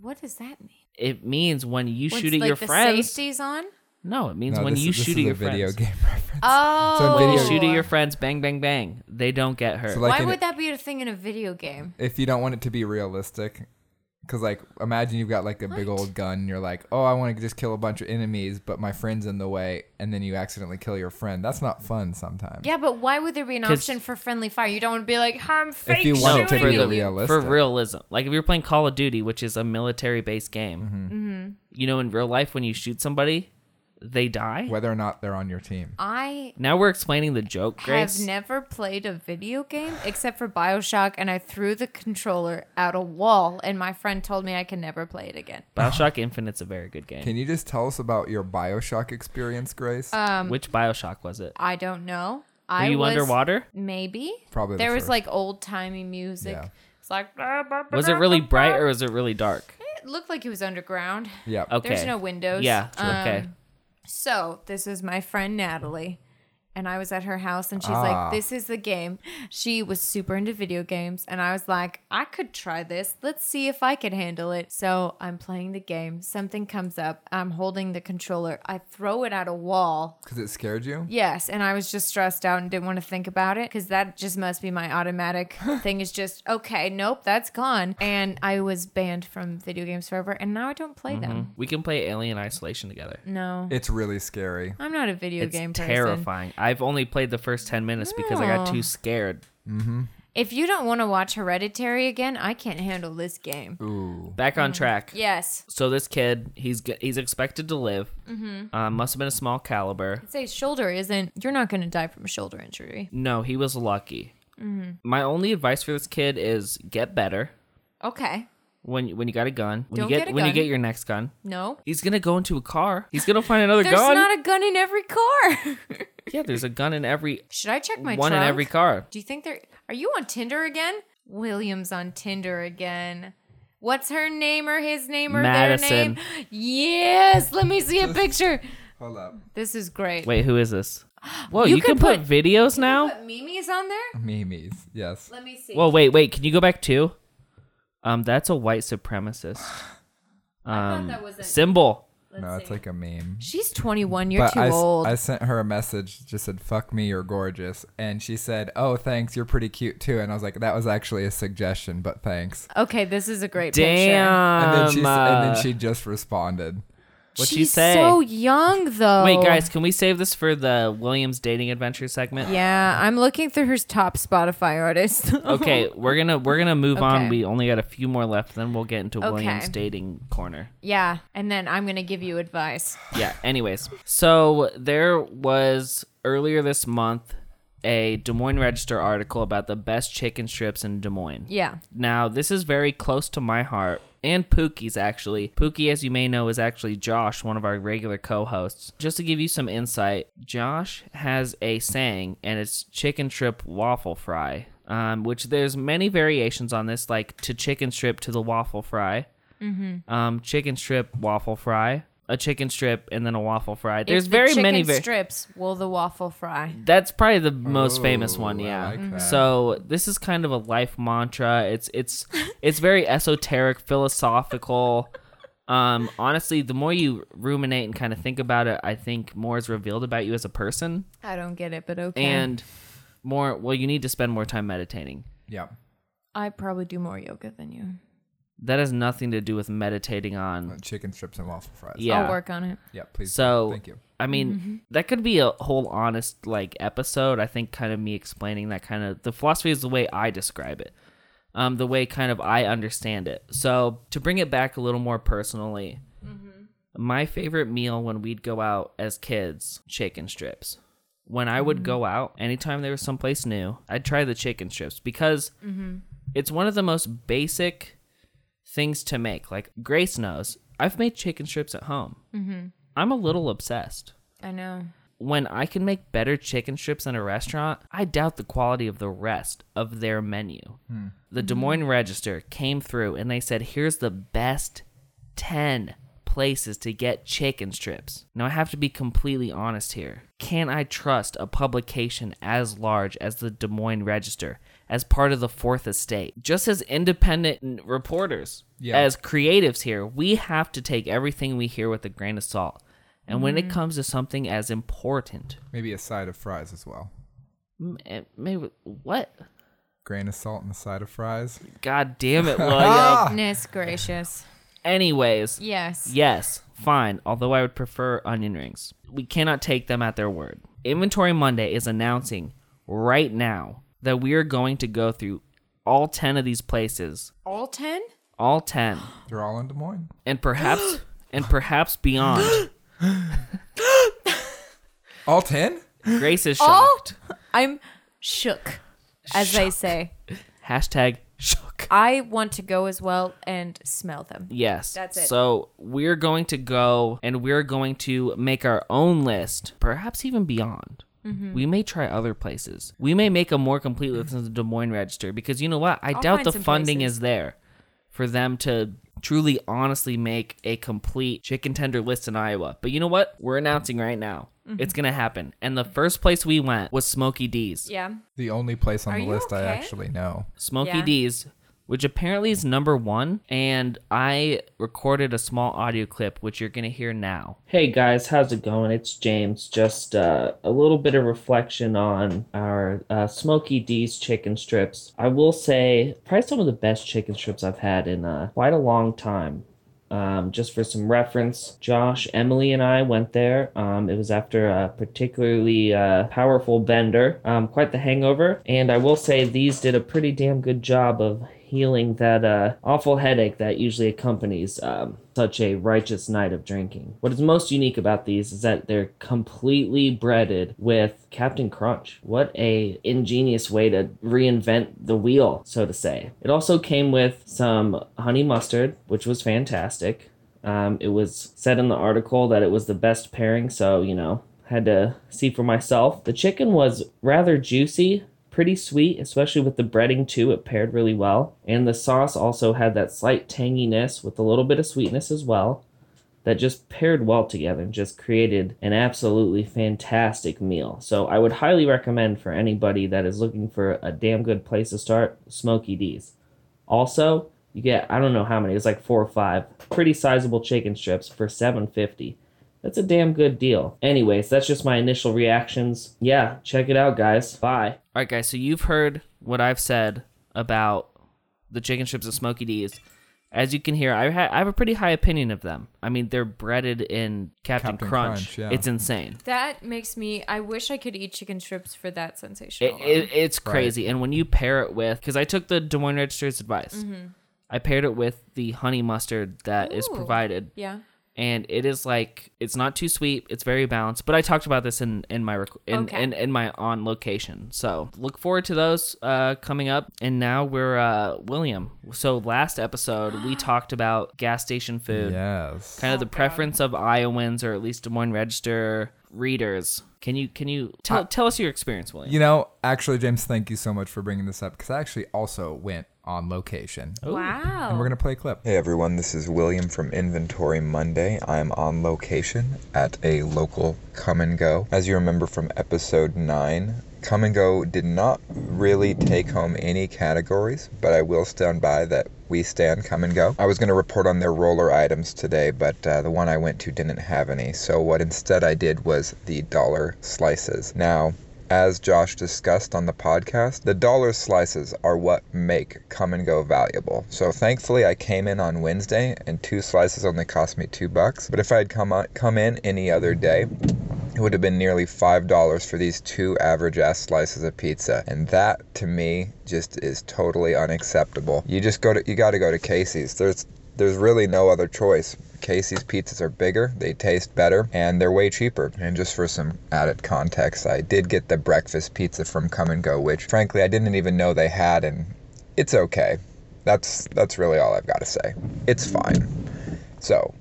B: What does that mean?
A: It means when you
B: Once,
A: shoot at
B: like,
A: your
B: the
A: friends.
B: Safety's on.
A: No, it means
C: No,
A: when
C: this-
A: you
C: this
A: shoot
C: is
A: at your
C: a video
A: friends.
C: game *laughs* reference.
B: Oh,
C: video-
A: You shoot at your friends, bang, bang, bang. They don't get hurt.
C: So like
B: Why
C: in-
B: would that be a thing in a video game?
C: if you don't want it to be realistic because like imagine you've got like a big old gun and you're like oh i want to just kill a bunch of enemies but my friend's in the way and then you accidentally kill your friend that's not fun sometimes
B: Yeah, but why would there be an
A: 'Cause-
B: option for friendly fire? You don't want to be like, I'm fake
C: you want
A: no,
C: it to
A: for,
B: shooting
C: be
A: the,
B: you."
C: real. realistic.
A: for realism. Like if you're playing Call of Duty, which is a military-based game,
C: Mm-hmm.
B: Mm-hmm.
A: you know, in real life, when you shoot somebody, they die.
C: whether or not they're on your team
B: Oh. I
A: Now we're explaining the joke, Grace.
B: have never played a video game except for Bioshock, and I threw the controller at a wall, and my friend told me I can never play it again.
A: Bioshock Infinite's a very good game.
C: can you just tell us about your bioshock experience grace
B: Uh,
A: which Bioshock was it?
B: I don't know.
A: Were
B: Um, I
A: you
B: was
A: underwater?
B: Maybe
C: Probably the
B: there was
C: first.
B: like old timey music.
C: Yeah.
B: It's like
A: Was it really bright or was it really dark?
B: It looked like he was underground.
C: yeah
A: Okay.
B: There's no windows.
A: Yeah.
B: Um,
A: okay.
B: So this is my friend Natalie, and I was at her house, and she's
C: Ah.
B: like, "This is the game." She was super into video games, and I was like, "I could try this. Let's see if I could handle it." So I'm playing the game. Something comes up. I'm holding the controller. I throw it at a wall.
C: because it scared you
B: Yes, and I was just stressed out and didn't want to think about it because that just must be my
A: *laughs*
B: automatic thing. Is just okay. Nope, that's gone. And I was banned from video games forever, and now I don't play them.
A: We can play Alien Isolation together.
B: No.
C: it's really scary
B: I'm not a video
A: Mm-hmm. It's
B: game person. Oh.
A: terrifying. I've only played the first 10 minutes because I got
B: No.
A: too scared.
B: If you don't want to watch Hereditary again, I can't handle this game.
C: ooh
A: Back
B: Mm.
A: on track.
B: Yes.
A: So this kid, he's g- he's expected to live. Mm-hmm. Um, must have been a small caliber.
B: Say shoulder isn't. You're not going to die from a shoulder injury.
A: No, he was lucky.
B: Mm-hmm.
A: My only advice for this kid is get better
B: Okay.
A: when when you got a gun. When
B: Don't
A: you get,
B: get a
A: when you
B: gun.
A: get your next gun,
B: No.
A: he's gonna go into a car. He's gonna find another
B: There's
A: gun.
B: not a gun in every car. *laughs*
A: yeah, there's a gun in every
B: Should I check *gasps* my
A: one in
B: trunk?
A: every car.
B: Do you think there? Are you on Tinder again? Williams on Tinder again. What's her name or his name or
A: Madison.
B: their name? Yes. Let me see a picture. *laughs*
C: hold up
B: This is great.
A: Wait, who is
B: *gasps*
A: this? Whoa, you,
B: You
A: can,
B: can
A: put, videos now.
B: Put Mimi's on there.
C: memes yes
B: Let me see.
A: Whoa, wait, wait. Can you go back too? Um, that's a white
B: *sighs*
A: supremacist. Um,
B: that was a-
A: symbol.
C: no it's like a meme
B: She's 21. You're too
C: I, s-
B: old.
C: I sent her a message just said fuck me you're gorgeous and she said oh thanks you're pretty cute too and i was like that was actually a suggestion but thanks
B: Okay, this is a great picture.
A: Damn.
C: and then she s- and
A: uh,
C: then she just responded
A: What'd she
B: She's
A: say?
B: so young though.
A: Wait, guys, can we save this for the Williams dating adventure segment?
B: Yeah, I'm looking through her top Spotify artists.
A: *laughs*
B: *laughs*
A: Okay, we're gonna we're gonna move on.
B: Okay.
A: We only got a few more left. Then we'll get into Williams
B: Okay.
A: dating corner.
B: yeah, and then I'm gonna give you advice.
A: Yeah. Anyways, so there was earlier this month a Des Moines Register article about the best chicken strips in Des Moines.
B: Yeah.
A: Now, this is very close to my heart and Pookie's actually. Pookie, as you may know, is actually Josh, one of our regular co hosts. Just to give you some insight, Josh has a saying, and it's chicken strip waffle fry, um, which there's many variations on this, like to chicken strip to the waffle fry,
B: Mm-hmm.
A: um, chicken strip, waffle fry. A chicken strip and then a waffle fry. There's
B: If the
A: very
B: chicken
A: many. var-
B: strips. Will the waffle fry?
A: that's probably the most
C: Ooh,
A: famous one,
C: I
A: yeah.
C: like Mhm. that.
A: So this is kind of a life mantra. It's it's it's very esoteric, philosophical. Um, honestly, the more you ruminate and kind of think about it, I think more is revealed about you as a person,
B: I don't get it, but okay.
A: and more. Well, you need to spend more time meditating.
C: Yeah.
B: I probably do more yoga than you.
A: That has nothing to do with meditating on.
C: Chicken strips and waffle fries.
A: Yeah.
B: I'll work on it.
C: Yeah, please.
A: So
C: thank you.
A: I mean, that could be a whole honest like episode. I think kind of me explaining that kind of the philosophy is the way I describe it, um, the way kind of I understand it. So to bring it back a little more personally, my favorite meal when we'd go out as kids, chicken strips. When I would go out, anytime there was someplace new, I'd try the chicken strips because it's one of the most basic things to make. Like Grace knows, I've made chicken strips at home. I'm a little obsessed.
B: I know.
A: When I can make better chicken strips than a restaurant, I doubt the quality of the rest of their menu. The Des Moines Register came through and they said, here's the best 10 places to get chicken strips. Now, I have to be completely honest here. Can I trust a publication as large as the Des Moines Register as part of the Fourth Estate? Just as independent n- reporters,
C: Yeah.
A: as creatives here, we have to take everything we hear with a grain of salt. And when it comes to something as important,
C: Maybe a side of fries as well.
A: m- eh, maybe what?
C: Grain of salt and a side of fries.
A: God damn it, William.
B: Goodness gracious.
A: Anyways,
B: Yes.
A: Yes, fine, although I would prefer onion rings. We cannot take them at their word. Inventory Monday is announcing right now that we are going to go through all 10 of these places,
B: All 10?
A: all 10,
C: They're all in Des Moines.
A: and perhaps and perhaps beyond.
C: All ten?
A: Grace is
B: All?
A: shocked.
B: I'm shook, as they say.
A: Hashtag shook.
B: I want to go as well and smell them.
A: Yes.
B: That's it.
A: So we're going to go and we're going to make our own list, perhaps even beyond.
B: Mm-hmm.
A: We may try other places. We may make a more complete list of the Des Moines Register because you know what? I
B: I'll
A: doubt
B: find
A: the
B: some
A: funding
B: places.
A: is there for them to truly, honestly make a complete chicken tender list in Iowa. But you know what? We're announcing right now.
B: Mm-hmm.
A: It's going to happen. And the first place we went was Smoky D's.
B: Yeah.
C: The only place on
B: Are
C: the
B: you
C: list I
B: okay?
C: actually know.
A: Smoky
B: Yeah.
A: D's, which apparently is number one. And I recorded a small audio clip, which you're going to hear now. Hey guys, how's it going? It's James. Just uh, a little bit of reflection on our uh, Smoky D's chicken strips. I will say, probably some of the best chicken strips I've had in uh, quite a long time. Um, just for some reference, Josh, Emily, and I went there. Um, it was after a particularly uh, powerful bender, um, quite the hangover. And I will say these did a pretty damn good job of healing that uh, awful headache that usually accompanies um, such a righteous night of drinking. What is most unique about these is that they're completely breaded with Captain Crunch. What a ingenious way to reinvent the wheel, so to say. It also came with some honey mustard, which was fantastic. Um, it was said in the article that it was the best pairing, so you know, had to see for myself. The chicken was rather juicy, pretty sweet, especially with the breading too. It paired really well. And the sauce also had that slight tanginess with a little bit of sweetness as well that just paired well together and just created an absolutely fantastic meal. So I would highly recommend for anybody that is looking for a damn good place to start, Smoky D's. Also, you get I don't know how many, it's like four or five pretty sizable chicken strips for 750. That's a damn good deal. Anyways, that's just my initial reactions. Yeah, check it out, guys. Bye. All right, guys. So you've heard what I've said about the chicken strips at Smoky D's. As you can hear, I, ha- I have a pretty high opinion of them. I mean, they're breaded in Captain,
C: Captain
A: Crunch.
C: Crunch, yeah.
A: It's insane.
B: That makes me. I wish I could eat chicken strips for that sensation.
A: It,
B: alone.
A: it, it's crazy. And when you pair it with, because I took the Des Moines Register's advice, I paired it with the honey mustard that is
B: Mm-hmm. Ooh.
A: provided.
B: yeah.
A: and it is like it's not too sweet it's very balanced but i talked about this in in my rec- in,
B: Okay.
A: in, in my on location so look forward to those uh coming up and now we're uh william so last episode
B: *gasps*
A: we talked about gas station food
C: Yes.
A: kind of the preference of iowans or at least des moines register readers can you can you tell tell us your experience william
C: You know, actually, James, thank you so much for bringing this up because I actually also went on location.
B: Wow.
C: And we're going to play a clip.
D: Hey everyone, this is William from Inventory Monday. I'm on location at a local Come and Go. As you remember from episode 9, Come and Go did not really take home any categories, but I will stand by that We Stand Come and Go. I was going to report on their roller items today, but uh, the one I went to didn't have any. So what instead I did was the dollar slices. Now, as Josh discussed on the podcast, the dollar slices are what make come and go valuable. So thankfully, I came in on Wednesday, and two slices only cost me two bucks. But if I had come on, come in any other day, it would have been nearly five dollars for these two average ass slices of pizza, and that to me just is totally unacceptable. You just go to you got to go to Casey's. There's there's really no other choice. Casey's pizzas are bigger, they taste better, and they're way cheaper. And just for some added context, I did get the breakfast pizza from Come and Go, which frankly I didn't even know they had, and it's okay. That's that's really all I've got to say. It's fine. So,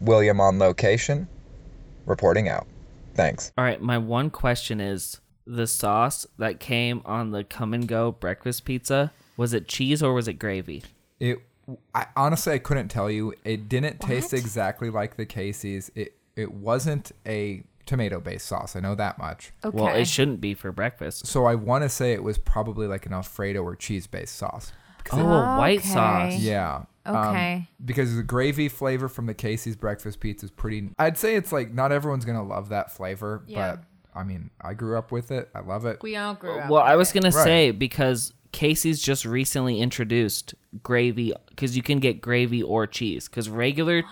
D: William on location, reporting out. Thanks.
A: All right, my one question is the sauce that came on the come and go breakfast pizza, was it cheese or was it gravy?
C: It I honestly I couldn't tell you. It didn't taste exactly like the Casey's. It it wasn't a tomato based sauce. I know that much.
B: Okay.
A: Well, it shouldn't be for breakfast.
C: So I want to say it was probably like an alfredo or cheese based sauce.
A: Oh, a white sauce.
B: Okay.
C: Yeah. Um,
B: Okay.
C: because the gravy flavor from the Casey's breakfast pizza is pretty. I'd say it's like not everyone's gonna love that flavor,
B: Yeah.
C: but I mean, I grew up with it. I love it.
B: we all grew up.
A: Well, I
B: with
A: was
B: it.
A: going to
C: Right.
A: say because Casey's just recently introduced gravy cuz you can get gravy or cheese cuz regular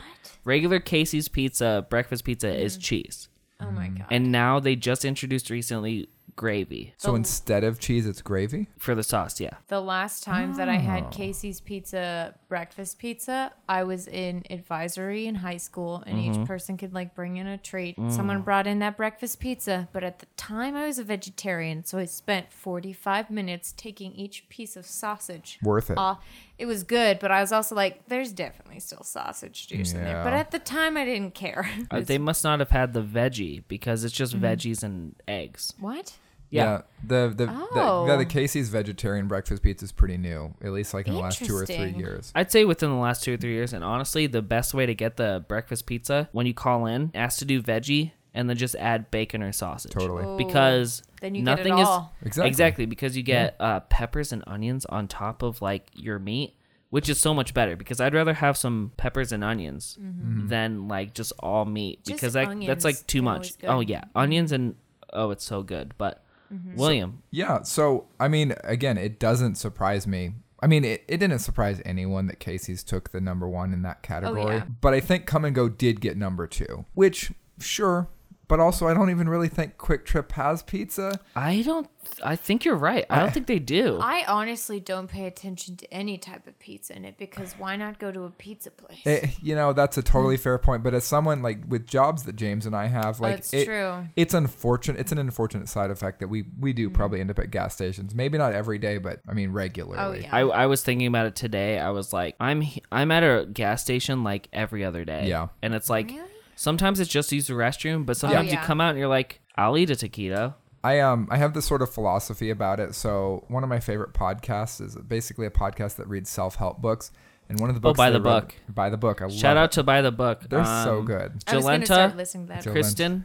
A: regular Casey's pizza, breakfast pizza
B: Mm-hmm.
A: is cheese.
B: Oh my god.
A: And now they just introduced recently gravy
C: so instead of cheese, it's gravy.
A: for the sauce, yeah.
B: The last time that I
A: Oh.
B: had Casey's Pizza breakfast pizza, I was in advisory in high school, and
A: Mm-hmm.
B: each person could like bring in a treat.
A: Mm.
B: Someone brought in that breakfast pizza, but at the time I was a vegetarian, so I spent 45 minutes taking each piece of sausage.
C: Worth it.
B: off. It was good, but I was also like, there's definitely still sausage juice in there. But
C: Yeah.
B: at the time, I didn't care. *laughs*
A: Uh, they must not have had the veggie because it's just
B: Mm-hmm.
A: veggies and eggs.
B: what?
A: Yeah.
C: the the,
B: Oh.
C: the yeah, the Casey's vegetarian breakfast pizza is pretty new, at least like in the last two or three
B: Interesting.
C: years.
A: I'd say within the last two or three years, and honestly, the best way to get the breakfast pizza when you call in, ask to do veggie and then just add bacon or sausage.
C: Totally.
B: Oh.
A: Because
B: Then you get it
A: nothing
B: all.
A: is
C: Exactly.
A: because you get uh, peppers and onions on top of like your meat, which is so much better. Because I'd rather have some peppers and onions
C: Mm-hmm.
A: than like just all meat
B: Just
A: because that,
B: onions
A: that's like too
B: are
A: much.
B: always good.
A: Oh yeah, onions and oh, it's so good. But
B: Mm-hmm.
A: William,
C: Yeah. So, I mean, again, it doesn't surprise me. I mean, it, it didn't surprise anyone that Casey's took the number one in that category.
B: Oh, yeah.
C: But I think Come and Go did get number two, which, sure. But also, I don't even really think Quick Trip has pizza.
A: I don't. I think you're right. I don't think they do.
B: I honestly don't pay attention to any type of pizza in it because why not go to a pizza place?
C: Eh, you know, that's a totally fair point. But as someone like with jobs that James and I have, like,
B: it's
C: it-
B: true. Mm-hmm.
C: It's unfortunate. It's an unfortunate side effect that we we do probably end up at gas stations. Maybe not every day, but I mean regularly.
B: oh yeah.
A: I, I was thinking about it today. I was like, I'm he- I'm at a gas station like every other day.
C: Yeah.
A: And it's like
B: Really? Oh,
A: sometimes it's just use the restroom, but sometimes
B: yeah.
A: you come out and you're like, I'll eat a taquito.
C: I um I have this sort of philosophy about it. So one of my favorite podcasts is basically a podcast that reads self help books, and one of the books
A: Buy
C: they
A: Oh, the
C: read-
A: Book.
C: by the book. I
A: Shout
C: love
A: out to buy the book.
C: It. They're so
A: Um,
C: good.
B: I was gonna start
A: Jolenta,
B: listening to that.
C: Jol-
A: Kristen,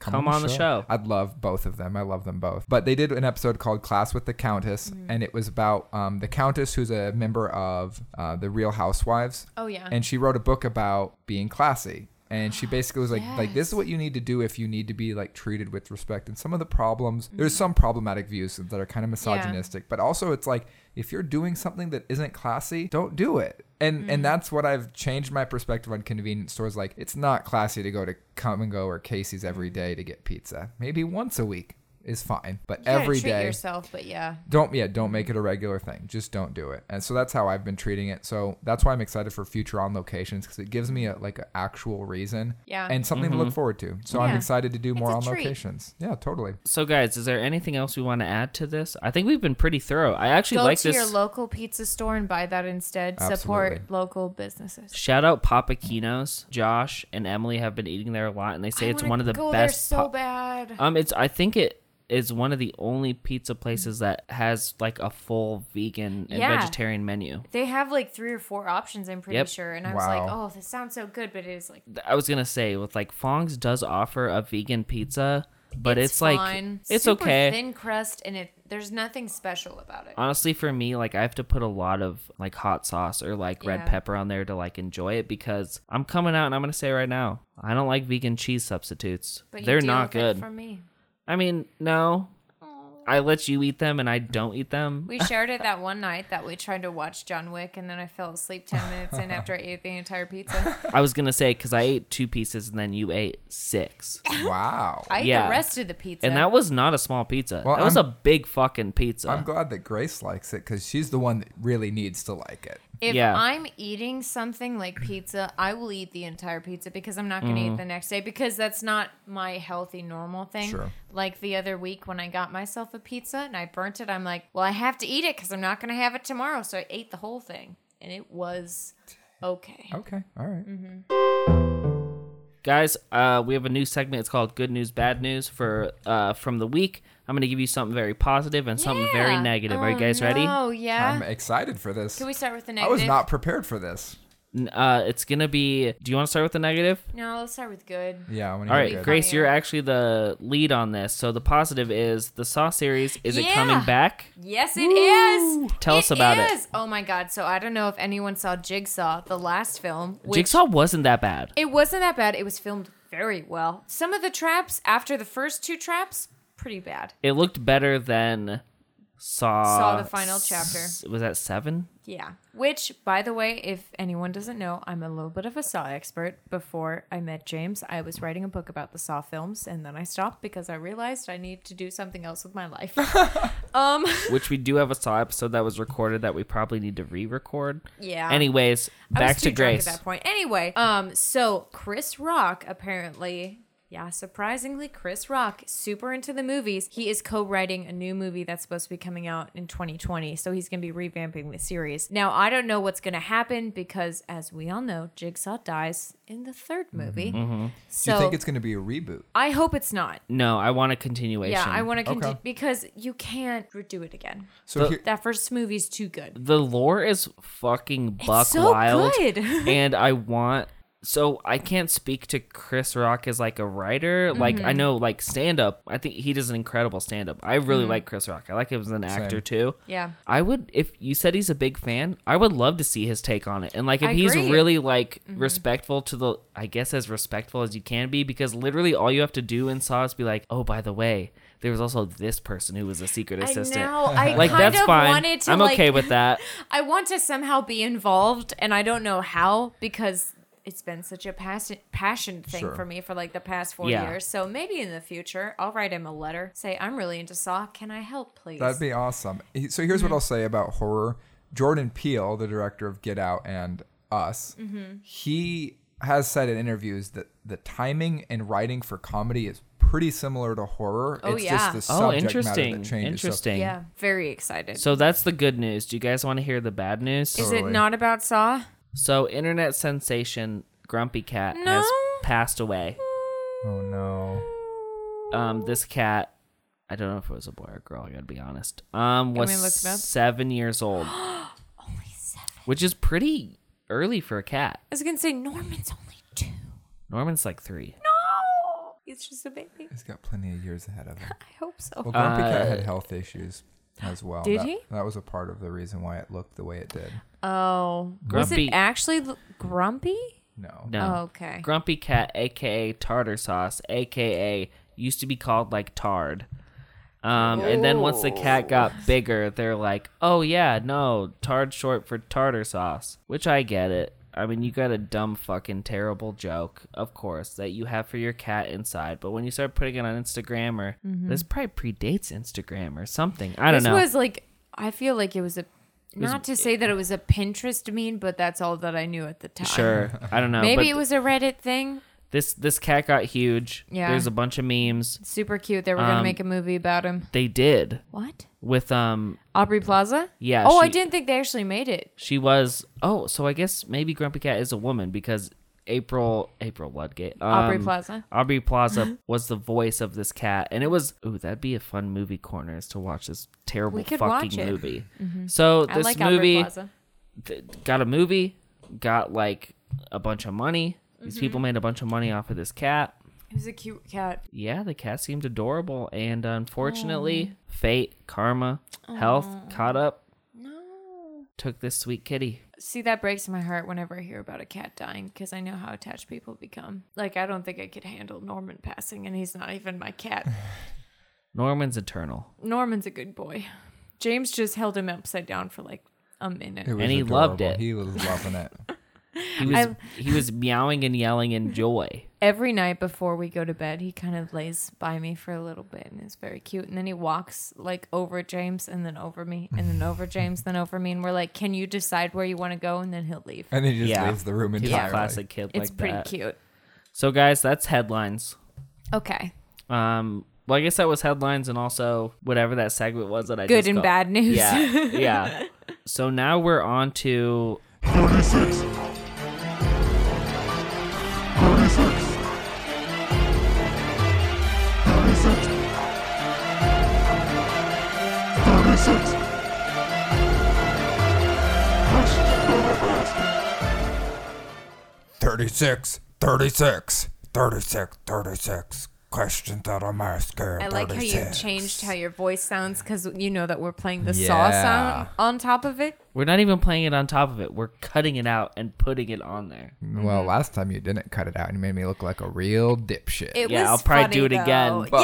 A: come, on the show.
C: I'd love both of them. I love them both. But they did an episode called Class with the Countess, and it was about um, the Countess, who's a member of uh, the Real Housewives.
B: Oh, yeah.
C: And she wrote a book about being classy. And she basically was like, like this is what you need to do if you need to be like treated with respect. And some of the problems, there's
B: Mm-hmm.
C: some problematic views that are kind of misogynistic, but also it's like if you're doing something that isn't classy, don't do it. And
B: Mm-hmm.
C: and that's what I've changed my perspective on convenience stores. Like it's not classy to go to Come and Go or Casey's
B: Mm-hmm.
C: every day to get pizza. Maybe once a week is fine, but
B: You gotta
C: every
B: treat
C: day
B: yourself, but yeah.
C: don't yeah don't make it a regular thing just don't do it and so that's how i've been treating it so that's why i'm excited for future on locations because it gives me a, like an actual reason
B: Yeah.
C: and something to look
A: Mm-hmm.
C: forward to so i'm
B: Yeah.
C: excited to do more
B: a
C: on
B: treat.
C: locations yeah totally
A: So guys, is there anything else we want to add to this? I think we've been pretty thorough. I actually
B: Go
A: like
B: to
A: this.
B: your local pizza store and buy that instead. Support
C: Absolutely.
B: local businesses.
A: Shout out Papa Kino's. Josh and Emily have been eating there a lot, and they say
B: I
A: it's
B: wanna
A: one of the
B: go there
A: best.
B: so
A: pa-
B: bad.
A: Um, it's I think it is one of the only pizza places that has like a full vegan and
B: Yeah.
A: vegetarian menu.
B: They have like three or four options, I'm pretty
A: Yep.
B: sure. And I was like,
C: Wow.
B: oh, this sounds so good, but it is like
A: Th- I was gonna say with like Fong's does offer a vegan pizza, but it's,
B: fine.
A: like it's
B: Super
A: okay. Uh,
B: Thin crust, and it there's nothing special about it.
A: Honestly, for me, like I have to put a lot of like hot sauce or like red
B: Yeah.
A: pepper on there to like enjoy it because I'm coming out and I'm gonna say right now, I don't like vegan cheese substitutes.
B: but you
A: They're
B: deal
A: not
B: with it
A: good.
B: From me,
A: I mean, no. I let you eat them and I don't eat them.
B: we shared it that one night that we tried to watch John Wick, and then I fell asleep ten minutes in after I ate the entire pizza.
A: I was gonna say because I ate two pieces and then you ate six,
C: Wow.
B: *laughs* I ate
A: Yeah.
B: the rest of the pizza.
A: and that was not a small pizza.
C: Well,
A: that was
C: I'm-
A: a big fucking pizza.
C: I'm glad that Grace likes it because she's the one that really needs to like it.
B: If
A: Yeah.
B: I'm eating something like pizza, I will eat the entire pizza because I'm not going to
A: Mm.
B: eat the next day because that's not my healthy normal thing.
C: Sure.
B: Like the other week when I got myself a pizza and I burnt it, I'm like, well, I have to eat it because I'm not going to have it tomorrow. So I ate the whole thing and it was okay.
C: Okay. All right.
B: Mm-hmm.
A: guys uh, we have a new segment it's called good news bad news for uh, from the week i'm gonna give you something very positive and something very
B: Yeah.
A: negative are you
B: Oh,
A: guys ready
B: No, yeah.
C: I'm excited for this.
B: Can we start with the
C: I
B: negative?
C: was not prepared for this.
A: N- uh, it's gonna be do you want to start with the negative
B: No, let's start with good.
C: Yeah. I want to
A: all
C: hear
A: right
C: good.
A: grace
B: Funny.
A: you're actually the lead on this so the positive is the saw series is it
B: Yeah.
A: coming back
B: Yes, it is.
A: Tell us about it.
B: is. Oh my God. So I don't know if anyone saw Jigsaw, the last film. Which
A: jigsaw wasn't that bad
B: It wasn't that bad. It was filmed very well. Some of the traps after the first two traps, pretty bad.
A: it looked better than saw
B: Saw the final
A: s- was that seven
B: Yeah. Which, by the way, if anyone doesn't know, I'm a little bit of a Saw expert. Before I met James, I was writing a book about the Saw films, and then I stopped because I realized I need to do something else with my life. *laughs* um.
A: which we do have a saw episode that was recorded that we probably need to re-record
B: Yeah.
A: anyways
B: I was
A: back to
B: too drunk
A: grace
B: at that point. Anyway, um, so Chris Rock apparently, yeah, surprisingly, Chris Rock super into the movies. He is co-writing a new movie that's supposed to be coming out in 2020, so he's going to be revamping the series. Now, I don't know what's going to happen because, as we all know, Jigsaw dies in the third movie.
A: Mm-hmm.
C: Do
B: So
C: you think it's going to be a reboot?
B: I hope it's not.
A: No, I want a continuation.
B: Yeah, I want to continue
C: Okay.
B: because you can't redo it again.
C: So
A: The-
C: here,
B: That first movie's too good.
A: the lore is fucking buck
B: so
A: wild,
B: good. *laughs*
A: and I want. So I can't speak to Chris Rock as like a writer. Like
B: Mm-hmm.
A: I know like stand up. I think he does an incredible stand up. I really like Chris Rock. I like him as an actor too.
B: Mm. Yeah.
A: I would if you said he's a big fan, I would love to see his take on it. And like if
B: I
A: he's
B: agree. Mm-hmm.
A: really like respectful to the I guess as respectful as you can be because literally all you have to do in Saw is be like, "Oh, by the way, there was also this person who was a secret assistant."
B: I know.
A: *laughs*
B: I
A: Like
B: kind
A: that's
B: of
A: fine.
B: wanted to.
A: I'm
B: like,
A: okay with
B: *laughs*
A: that.
B: I want to somehow be involved, and I don't know how because it's been such a passion passion thing
C: Sure.
B: for me for like the past four
A: Yeah.
B: years. So maybe in the future, I'll write him a letter, say I'm really into Saw. Can I help, please?
C: That'd be awesome. He- So
B: Mm-hmm.
C: here's what I'll say about horror. Jordan Peele, the director of Get Out and Us,
B: Mm-hmm.
C: he has said in interviews that the timing and writing for comedy is pretty similar to horror.
B: Oh,
C: it's
B: yeah.
C: just the
A: Oh,
C: subject matter
A: interesting.
C: that changes. So-
A: Interesting.
B: yeah, very excited.
A: So that's the good news. Do you guys want to hear the bad news?
B: Is
C: Totally.
B: it not about Saw?
A: So internet sensation Grumpy Cat
B: No.
A: has passed away.
C: oh no.
A: Um, this cat, I don't know if it was a boy or girl. I gotta be honest. Um, was
B: me to look it up?
A: seven years
B: *gasps*
A: old. Only seven. Which is pretty early for a cat.
B: I was gonna say Norman's only two.
A: Norman's like three.
B: No, it's just a baby.
C: He's got plenty of years ahead of him.
B: I hope so.
C: Well, Grumpy Cat
A: Uh,
C: had health issues as well.
B: Did
C: that,
B: he?
C: That was a part of the reason why it looked the way it did.
B: oh, was
A: Grumpy.
B: it actually l- Grumpy?
C: No.
A: No.
B: Oh, okay.
A: Grumpy Cat, aka Tartar Sauce, aka used to be called like Tard. Um, and then once the cat got bigger, they're like, oh yeah, no, Tard short for Tartar Sauce, which I get it. I mean, you got a dumb, fucking, terrible joke, of course, that you have for your cat inside. But when you start putting it on Instagram or this probably predates Instagram or something, I don't
B: Mm-hmm. this
A: know.
B: was like I feel like it was a not to say that it was a Pinterest meme, but that's all that I knew at the time. *laughs*
A: sure, I don't know.
B: Maybe
A: but
B: it was a Reddit thing.
A: this this cat got huge.
B: Yeah.
A: There's a bunch of memes.
B: Super cute. They were
A: Um,
B: gonna make a movie about him.
A: They did
B: What?
A: with um
B: Aubrey Plaza?
A: Yeah,
B: Oh, I
A: she-
B: didn't think they actually made it.
A: she was oh so i guess maybe grumpy cat is a woman because april april ludgate um,
B: Aubrey Plaza.
A: aubrey
B: *laughs*
A: plaza was the voice of this cat and it was ooh that'd be a fun movie corner is to watch this terrible
B: We could watch
A: fucking
B: it. Mm-hmm.
A: movie so
B: I
A: this
B: like Aubrey
A: movie
B: Plaza.
A: th- got a
B: Mm-hmm.
A: movie got like a bunch of money these people made a bunch of money off of this cat
B: It He was a cute cat.
A: yeah, the cat seemed adorable, and unfortunately, fate, karma, health caught up,
B: No.
A: took this sweet kitty.
B: See, that breaks my heart whenever I hear about a cat dying because I know how attached people become. Like, I don't think I could handle Norman passing, and he's not even my cat.
A: Norman's eternal,
B: Norman's a good boy. James just held him upside down for like a minute.
C: It was
A: And he loved
C: adorable.
A: it.
C: He was loving it.
A: he was he was meowing and yelling in joy.
B: Every night before we go to bed, he kind of lays by me for a little bit and is very cute. And then he walks like over James and then over me and then over James, then over me. And we're like, can you decide where you want to go? And then he'll leave.
C: And then he just
A: Yeah.
C: leaves the room
A: He's
C: entirely.
A: a classic kid
B: It's
A: like
B: pretty
A: that.
B: cute.
A: So, guys, that's headlines.
B: Okay.
A: Um, well, I guess that was headlines and also whatever that segment was that I
B: Good
A: just
B: and
A: called-
B: bad news. *laughs*
A: Yeah, yeah. So now we're on to
E: 36 36 36 36 Touchdown Nebraska.
F: 36, 36, 36, 36. Questions that I'm asking.
B: I like how you
F: 36.
B: changed how your voice sounds because you know that we're playing the saw
C: Yeah.
B: sound on top of it.
A: we're not even playing it on top of it. We're cutting it out and putting it on there.
C: Well, last time you didn't cut it out and you made me look like a real dipshit.
B: It
A: Yeah,
B: was
A: I'll probably do
B: funny,
A: it again,
B: though.
C: but-
A: *laughs*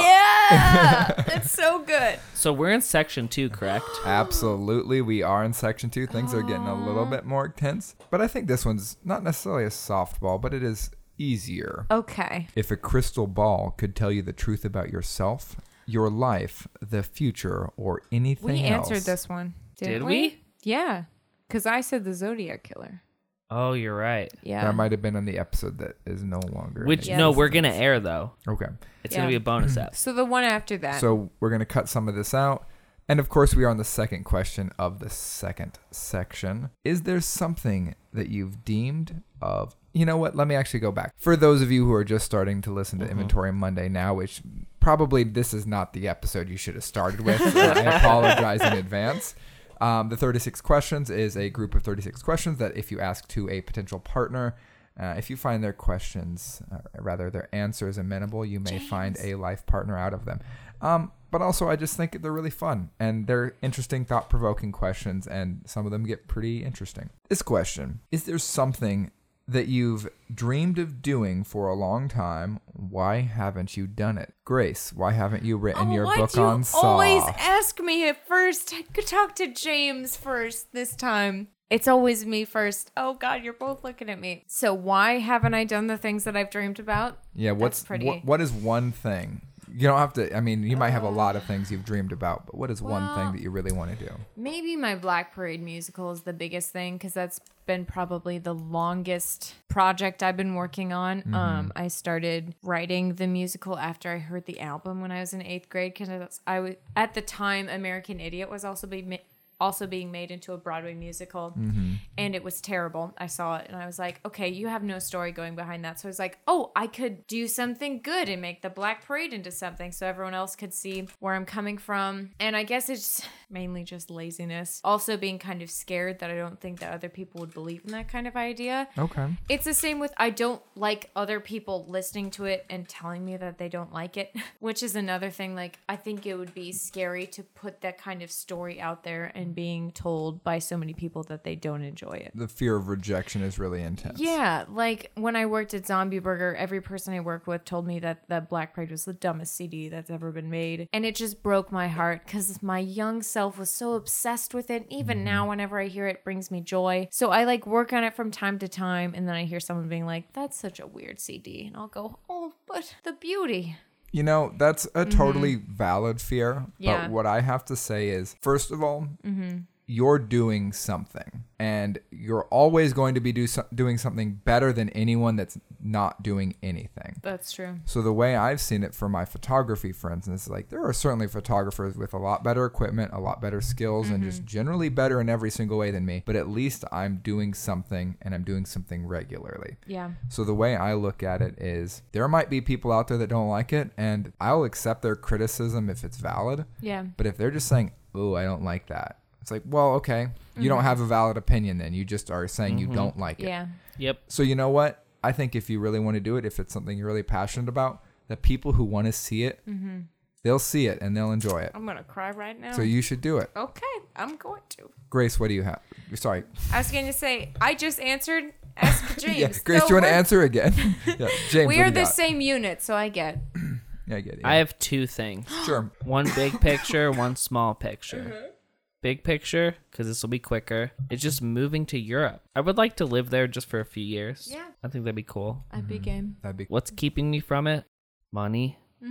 B: Yeah, it's so good.
A: So we're in section two, correct?
C: Absolutely, we are in section two. Things are getting a
B: Oh.
C: little bit more intense, but I think this one's not necessarily a softball, but it is easier.
B: Oh. Okay,
C: If a crystal ball could tell you the truth about yourself, your life, the future, or anything
B: we
C: else,
B: answered this one, didn't
A: Did
B: we?
A: we?
B: Yeah, because I said the Zodiac killer.
A: Oh, you're right.
B: Yeah,
C: That might have been on the episode that is no longer. in
A: Which
B: Yeah.
A: no,
C: existence.
A: we're gonna air though.
C: okay.
A: It's
B: Yeah.
A: gonna be a bonus app.
B: so the one after that.
C: So we're gonna cut some of this out, and of course, we are on the second question of the second section. Is there something that you've deemed of? You know what? Let me actually go back. For those of you who are just starting to listen to Inventory Monday now, which probably this is not the episode you should have started with. so I apologize in advance. Um, the 36 questions is a group of 36 questions that if you ask to a potential partner, uh, if you find their questions, uh, rather their answers amenable, you may find a life partner out of them. Um, but also, I just think they're really fun and they're interesting, thought provoking questions, and some of them get pretty interesting. This question Is there something that you've dreamed of doing for a long time? Why haven't you done it? Grace, why haven't you written
B: Oh,
C: your
B: why
C: book
B: do you
C: on Saw?
B: always ask me at first? I could talk to James first this time. It's always me first. Oh God, you're both looking at me. So why haven't I done the things that I've dreamed about?
C: Yeah, what's
B: pretty.
C: What, what is one thing? You don't have to. I mean, you might have a lot of things you've dreamed about, but what is one
B: Well-
C: thing that you really want to do?
B: Maybe my Black Parade musical is the biggest thing because that's been probably the longest project I've been working on. Um, I started writing the musical after I heard the album when I was in eighth grade because I was at the time American Idiot was also being ma- also being made into a Broadway musical, and it was terrible. I saw it and I was like, okay, you have no story going behind that. So I was like, oh, I could do something good and make the Black Parade into something so everyone else could see where I'm coming from. And I guess it's *laughs* mainly just laziness. Also, being kind of scared that I don't think that other people would believe in that kind of idea.
C: Okay.
B: It's the same with I don't like other people listening to it and telling me that they don't like it, *laughs* which is another thing. Like, I think it would be scary to put that kind of story out there and being told by so many people that they don't enjoy it.
C: The fear of rejection is really intense.
B: Yeah, like when I worked at Zombie Burger, every person I worked with told me that the Black Parade was the dumbest CD that's ever been made, and it just broke my heart because my young self was so obsessed with it. Even now, whenever I hear it, it brings me joy. So I like work on it from time to time, and then I hear someone being like, "That's such a weird CD," and I'll go, "Oh, but the beauty."
C: You know, that's a totally valid fear.
B: Mm-hmm. Yeah. Mm-hmm.
C: But what I have to say is, first of all, you're doing something, and you're always going to be do so- doing something better than anyone that's not doing anything.
B: That's true.
C: So the way I've seen it for my photography, for instance, like there are certainly photographers with a lot better equipment, a lot better skills, and just generally better in every single way than me. But at least I'm doing something, and I'm doing something regularly.
B: Yeah.
C: So the way I look at it is there might be people out there that don't like it, and I'll accept their criticism if it's valid.
B: Yeah.
C: But if they're just saying, "Oh, I don't like that," it's like, well, okay, you don't have a valid opinion then. You just are saying you don't like it.
B: Yeah.
A: Yep.
C: So you know what? I think if you really want to do it, if it's something you're really passionate about, the people who want to see it,
B: Mm-hmm.
C: they'll see it and they'll enjoy it.
B: I'm gonna cry right now.
C: So you should do it.
B: okay, I'm going to.
C: Grace, what do you have? Sorry. *laughs*
B: I was going to say I just answered. Ask James.
C: Yeah, Grace,
B: So
C: do you want to
B: we're-
C: answer again? *laughs* yeah,
B: *laughs*
C: James,
B: We
C: what
B: are
C: do
B: the
C: you got?
B: same unit, so I get.
C: Yeah, I get it.
A: I have two things.
C: sure.
A: one big picture, one small picture. Big picture, because this will be quicker. It's just moving to Europe. I would like to live there just for a few years.
B: Yeah.
A: I think that'd be cool.
B: I'd
C: Mm-hmm.
B: be game.
C: That'd be
A: What's keeping me from it? Money. *laughs*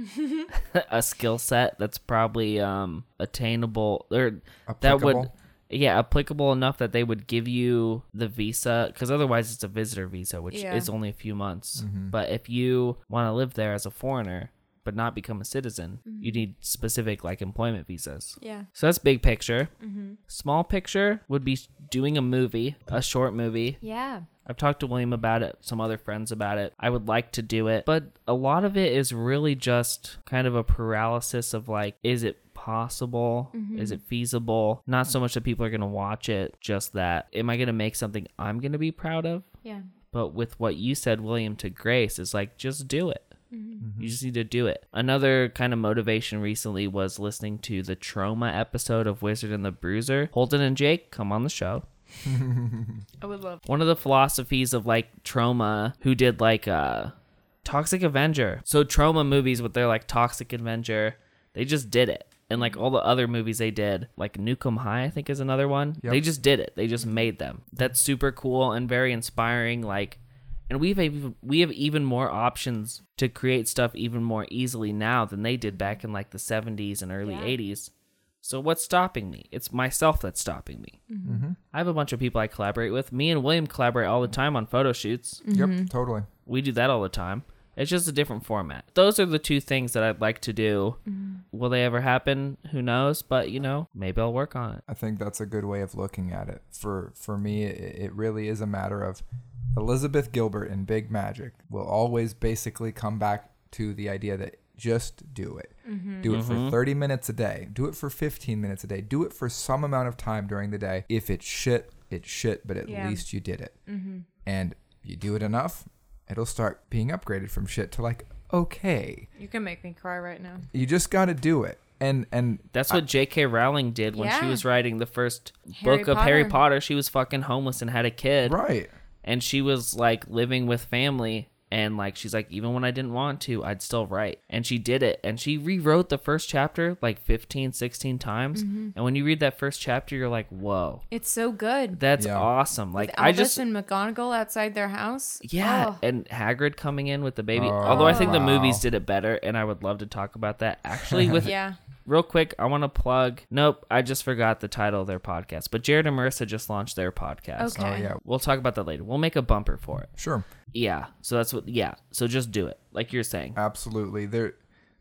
A: a skill set that's probably um attainable or that would
C: Applicable.
A: yeah, applicable enough that they would give you the visa because otherwise it's a visitor visa, which
B: Yeah.
A: is only a few months. But if you want to live there as a foreigner but not become a citizen, you need specific like employment visas.
B: Yeah.
A: So that's big picture. Small picture would be doing a movie, a short movie.
B: Yeah.
A: I've talked to William about it, some other friends about it. I would like to do it, but a lot of it is really just kind of a paralysis of like, is it possible? Is it feasible? Not so much that people are going to watch it, just that, am I going to make something I'm going to be proud of?
B: Yeah.
A: But with what you said, William, to Grace, is like, just do it. You just need to do it. Another kind of motivation recently was listening to the trauma episode of Wizard and the Bruiser. Holden and Jake come on the show
B: I would love.
A: one of the philosophies of like trauma who did like uh toxic avenger so trauma movies with their like toxic avenger they just did it and like all the other movies they did like nukem high i think is another one they just did it they just made them that's super cool and very inspiring like and we've ev- we have even more options to create stuff even more easily now than they did back in like the 70s and early 80s so what's stopping me it's myself that's stopping me I have a bunch of people I collaborate with. Me and William collaborate all the time on photo shoots.
B: Mm-hmm.
C: Yep, totally.
A: We do that all the time. It's just a different format. Those are the two things that I'd like to do.
B: Mm-hmm.
A: Will they ever happen? Who knows? But, you know, maybe I'll work on it.
C: I think that's a good way of looking at it. For for me, it, it really is a matter of Elizabeth Gilbert in Big Magic will always basically come back to the idea that just do it. Do it
A: Mm-hmm.
C: for 30 minutes a day. Do it for 15 minutes a day. Do it for some amount of time during the day. If it's shit, it's shit, but at
B: Yeah.
C: least you did it. And you do it enough, it'll start being upgraded from shit to like okay.
B: You can make me cry right now.
C: You just got to do it. And and
A: That's what J.K. Rowling did when she
B: Yeah.
A: was writing the first
B: Harry
A: book of Harry
B: Potter.
A: Potter. She was fucking homeless and had a kid.
C: right.
A: And she was like living with family. And like, she's like, even when I didn't want to, I'd still write. And she did it. And she rewrote the first chapter like 15, 16 times.
B: Mm-hmm.
A: And when you read that first chapter, you're like, whoa.
B: It's so good.
A: That's
C: Yeah.
A: awesome. Like
B: With
A: I
B: Elvis
A: just
B: and McGonagall outside their house.
A: yeah,
B: Oh,
A: and Hagrid coming in with the baby. Although I think the
C: Oh, wow.
A: movies did it better, and I would love to talk about that.
C: *laughs*
A: Actually, with
B: yeah.
A: real quick, I want to plug. Nope, I just forgot the title of their podcast. But Jared and Marissa just launched their podcast.
B: Okay.
C: Oh yeah.
A: We'll talk about that later. We'll make a bumper for it.
C: Sure.
A: Yeah. So that's what. Yeah. So just do it, like you're saying.
C: Absolutely. There,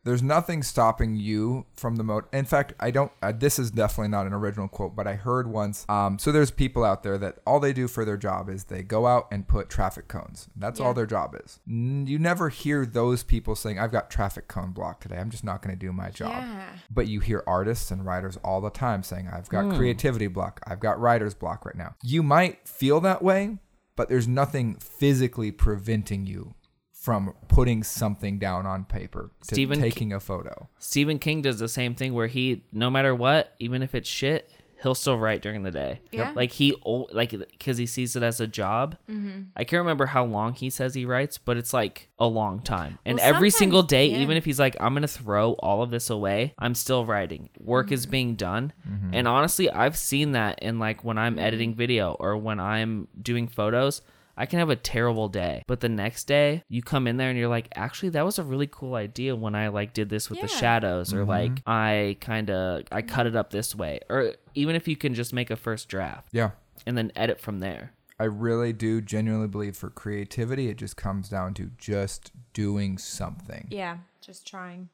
C: there's nothing stopping you from the moat. In fact, I don't. Uh, this is definitely not an original quote, but I heard once. Um, so there's people out there that all they do for their job is they go out and put traffic cones. That's all their job is. N- You never hear those people saying, "I've got traffic cone block today. I'm just not going to do my job."
B: Yeah.
C: But you hear artists and writers all the time saying, "I've got creativity block. I've got writer's block right now." You might feel that way, but there's nothing physically preventing you from putting something down on paper to
A: Stephen Ki-
C: taking a photo.
A: Stephen King does the same thing where he, no matter what, even if it's shit, he'll still write during the day.
B: Yeah.
A: Like he, al- like because he sees it as a job.
B: Mm-hmm.
A: I can't remember how long he says he writes, but it's like a long time. And
B: Well,
A: every
B: sometimes-
A: single day,
B: yeah.
A: even if he's like, I'm gonna throw all of this away, I'm still writing. Work is being done. And honestly, I've seen that in like when I'm editing video or when I'm doing photos. I can have a terrible day, but the next day you come in there and you're like, actually, that was a really cool idea when I like did this with the
B: Yeah.
A: shadows, or like I kind of I cut it up this way, or even if you can just make a first draft
C: Yeah.
A: and then edit from there.
C: I really do genuinely believe for creativity, it just comes down to just doing something.
B: Yeah. Just trying.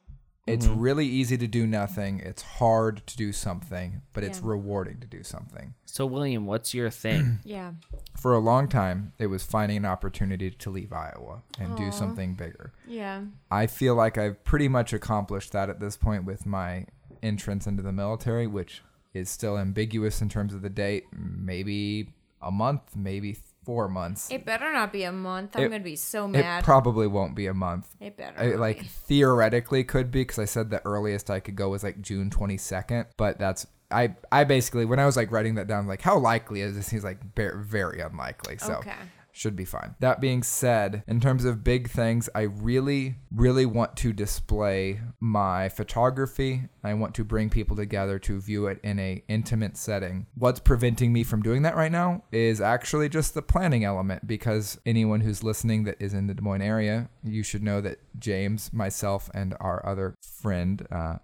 C: It's really easy to do nothing. It's hard to do something, but it's rewarding to do something.
A: So William, what's your
B: *clears throat*
A: thing?
B: Yeah.
C: For a long time, it was finding an opportunity to leave Iowa and do something bigger.
B: Yeah.
C: I feel like I've pretty much accomplished that at this point with my entrance into the military, which is still ambiguous in terms of the date. Maybe a month, maybe four months.
B: It better not be a month. I'm
C: It-
B: gonna be so
C: It
B: mad.
C: probably won't be a month.
B: it better.
C: I,
B: not
C: like
B: be.
C: theoretically could be because I said the earliest I could go was like June 22nd, but that's I I basically when I was like writing that down like how likely is this? He's like very, very unlikely. So
B: Okay.
C: should be fine. That being said, in terms of big things, I really really want to display my photography. I want to bring people together to view it in a intimate setting. What's preventing me from doing that right now is actually just the planning element because anyone who's listening that is in the Des Moines area, you should know that James, myself, and our other friend, uh,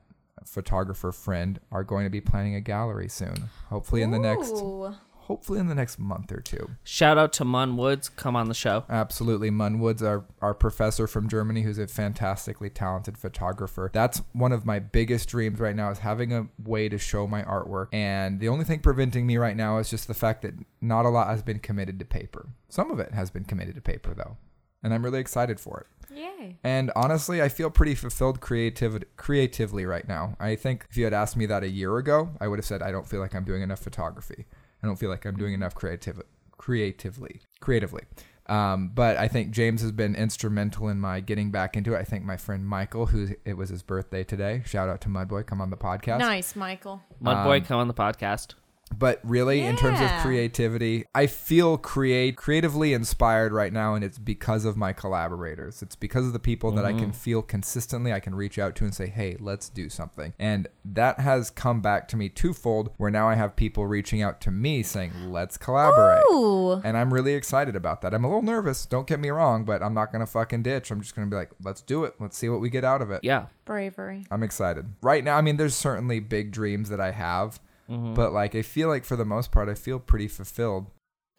C: photographer friend, are going to be planning a gallery soon. Hopefully in the next,
B: Ooh.
C: hopefully in the next month or two.
A: Shout out to Mun Woods. Come on the show.
C: Absolutely. Munn Woods, our, our professor from Germany, who's a fantastically talented photographer. That's one of my biggest dreams right now is having a way to show my artwork. And the only thing preventing me right now is just the fact that not a lot has been committed to paper. Some of it has been committed to paper, though. And I'm really excited for it.
B: Yay.
C: And honestly, I feel pretty fulfilled creativ- creatively right now. I think if you had asked me that a year ago, I would have said, I don't feel like I'm doing enough photography. I don't feel like I'm doing enough creativ- creatively. Creatively. Um, but I think James has been instrumental in my getting back into it. I think my friend Michael, who it was his birthday today, shout out to Mudboy, come on the podcast
B: Nice, Michael.
A: Mud Boy, come on the podcast.
C: but really in terms of
B: Yeah.
C: creativity i feel create creatively inspired right now and it's because of my collaborators it's because of the people that i can feel consistently i can reach out to and say hey let's do something and that has come back to me twofold where now i have people reaching out to me saying let's collaborate
B: Ooh.
C: and i'm really excited about that i'm a little nervous don't get me wrong but i'm not gonna fucking ditch i'm just gonna be like let's do it let's see what we get out of it
A: Yeah.
B: Bravery.
C: I'm excited. Right now, I mean, there's certainly big dreams that I have, but like, I feel like for the most part, I feel pretty fulfilled.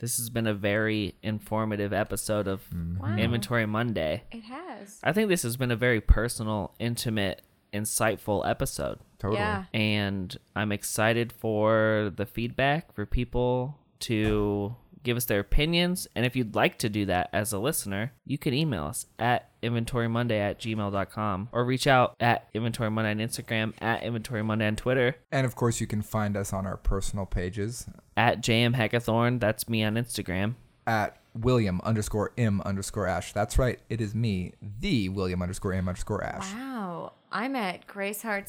A: This has been a very informative episode of
C: Mm-hmm.
B: Wow.
A: Inventory Monday.
B: It has.
A: I think this has been a very personal, intimate, insightful episode.
C: Totally.
B: Yeah.
A: And I'm excited for the feedback for people to give us their opinions. And if you'd like to do that as a listener, you can email us at inventorymonday at gmail.com or reach out at inventory monday on Instagram, at inventory monday on Twitter,
C: And of course, you can find us on our personal pages
A: at JM Hackathorn. That's me on Instagram.
C: at William underscore M underscore Ash. That's right. It is me, the William underscore M underscore Ash.
B: Wow. I'm at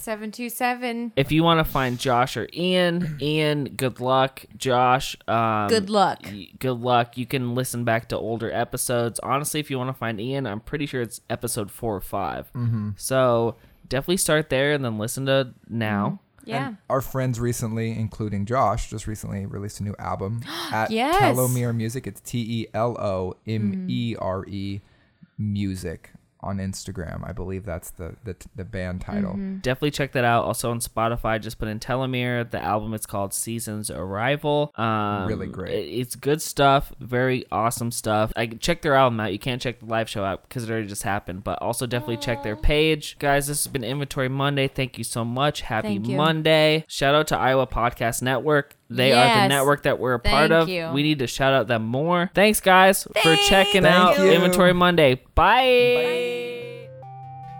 B: GraceHeart727.
A: If you want to find Josh or Ian, Ian, good luck. Josh, um,
B: Good luck.
A: y- good luck. You can listen back to older episodes. Honestly, if you want to find Ian, I'm pretty sure it's episode four or 5 Mm-hmm. So definitely start there and then listen to
B: Mm-hmm.
A: now.
B: Yeah.
C: Our friends recently, including Josh, just recently released a new
B: *gasps*
C: album at
B: Yes.
C: Telomere Music. It's T E L O M E R E
B: Mm-hmm.
C: Music on Instagram. I believe that's the the, the band title.
B: Mm-hmm.
A: Definitely check that out. Also on Spotify, just put in Telomere. The album is called Seasons Arrival. Um,
C: Really great.
A: it- it's good stuff. Very awesome stuff. I check their album out. You can't check the live show out because it already just happened. But also definitely check their page, guys. This has been Inventory Monday. Thank you so much. Happy
B: Thank you.
A: Monday. Shout out to Iowa Podcast Network. They are the
B: Yes.
A: network that we're a part
B: Thank
A: of.
B: you.
A: We need to shout out them more. Thanks, guys, for checking
C: Thank
A: out
C: you.
A: Inventory Monday. Bye.
C: *laughs*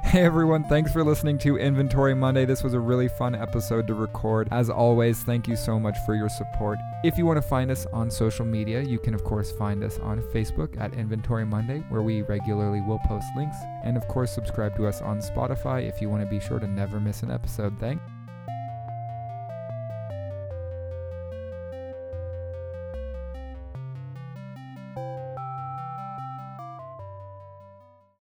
C: Hey everyone, thanks for listening to Inventory Monday. This was a really fun episode to record. As always, thank you so much for your support. If you want to find us on social media, you can of course find us on Facebook at Inventory Monday, where we regularly will post links, and of course subscribe to us on Spotify if you want to be sure to never miss an episode. Thanks.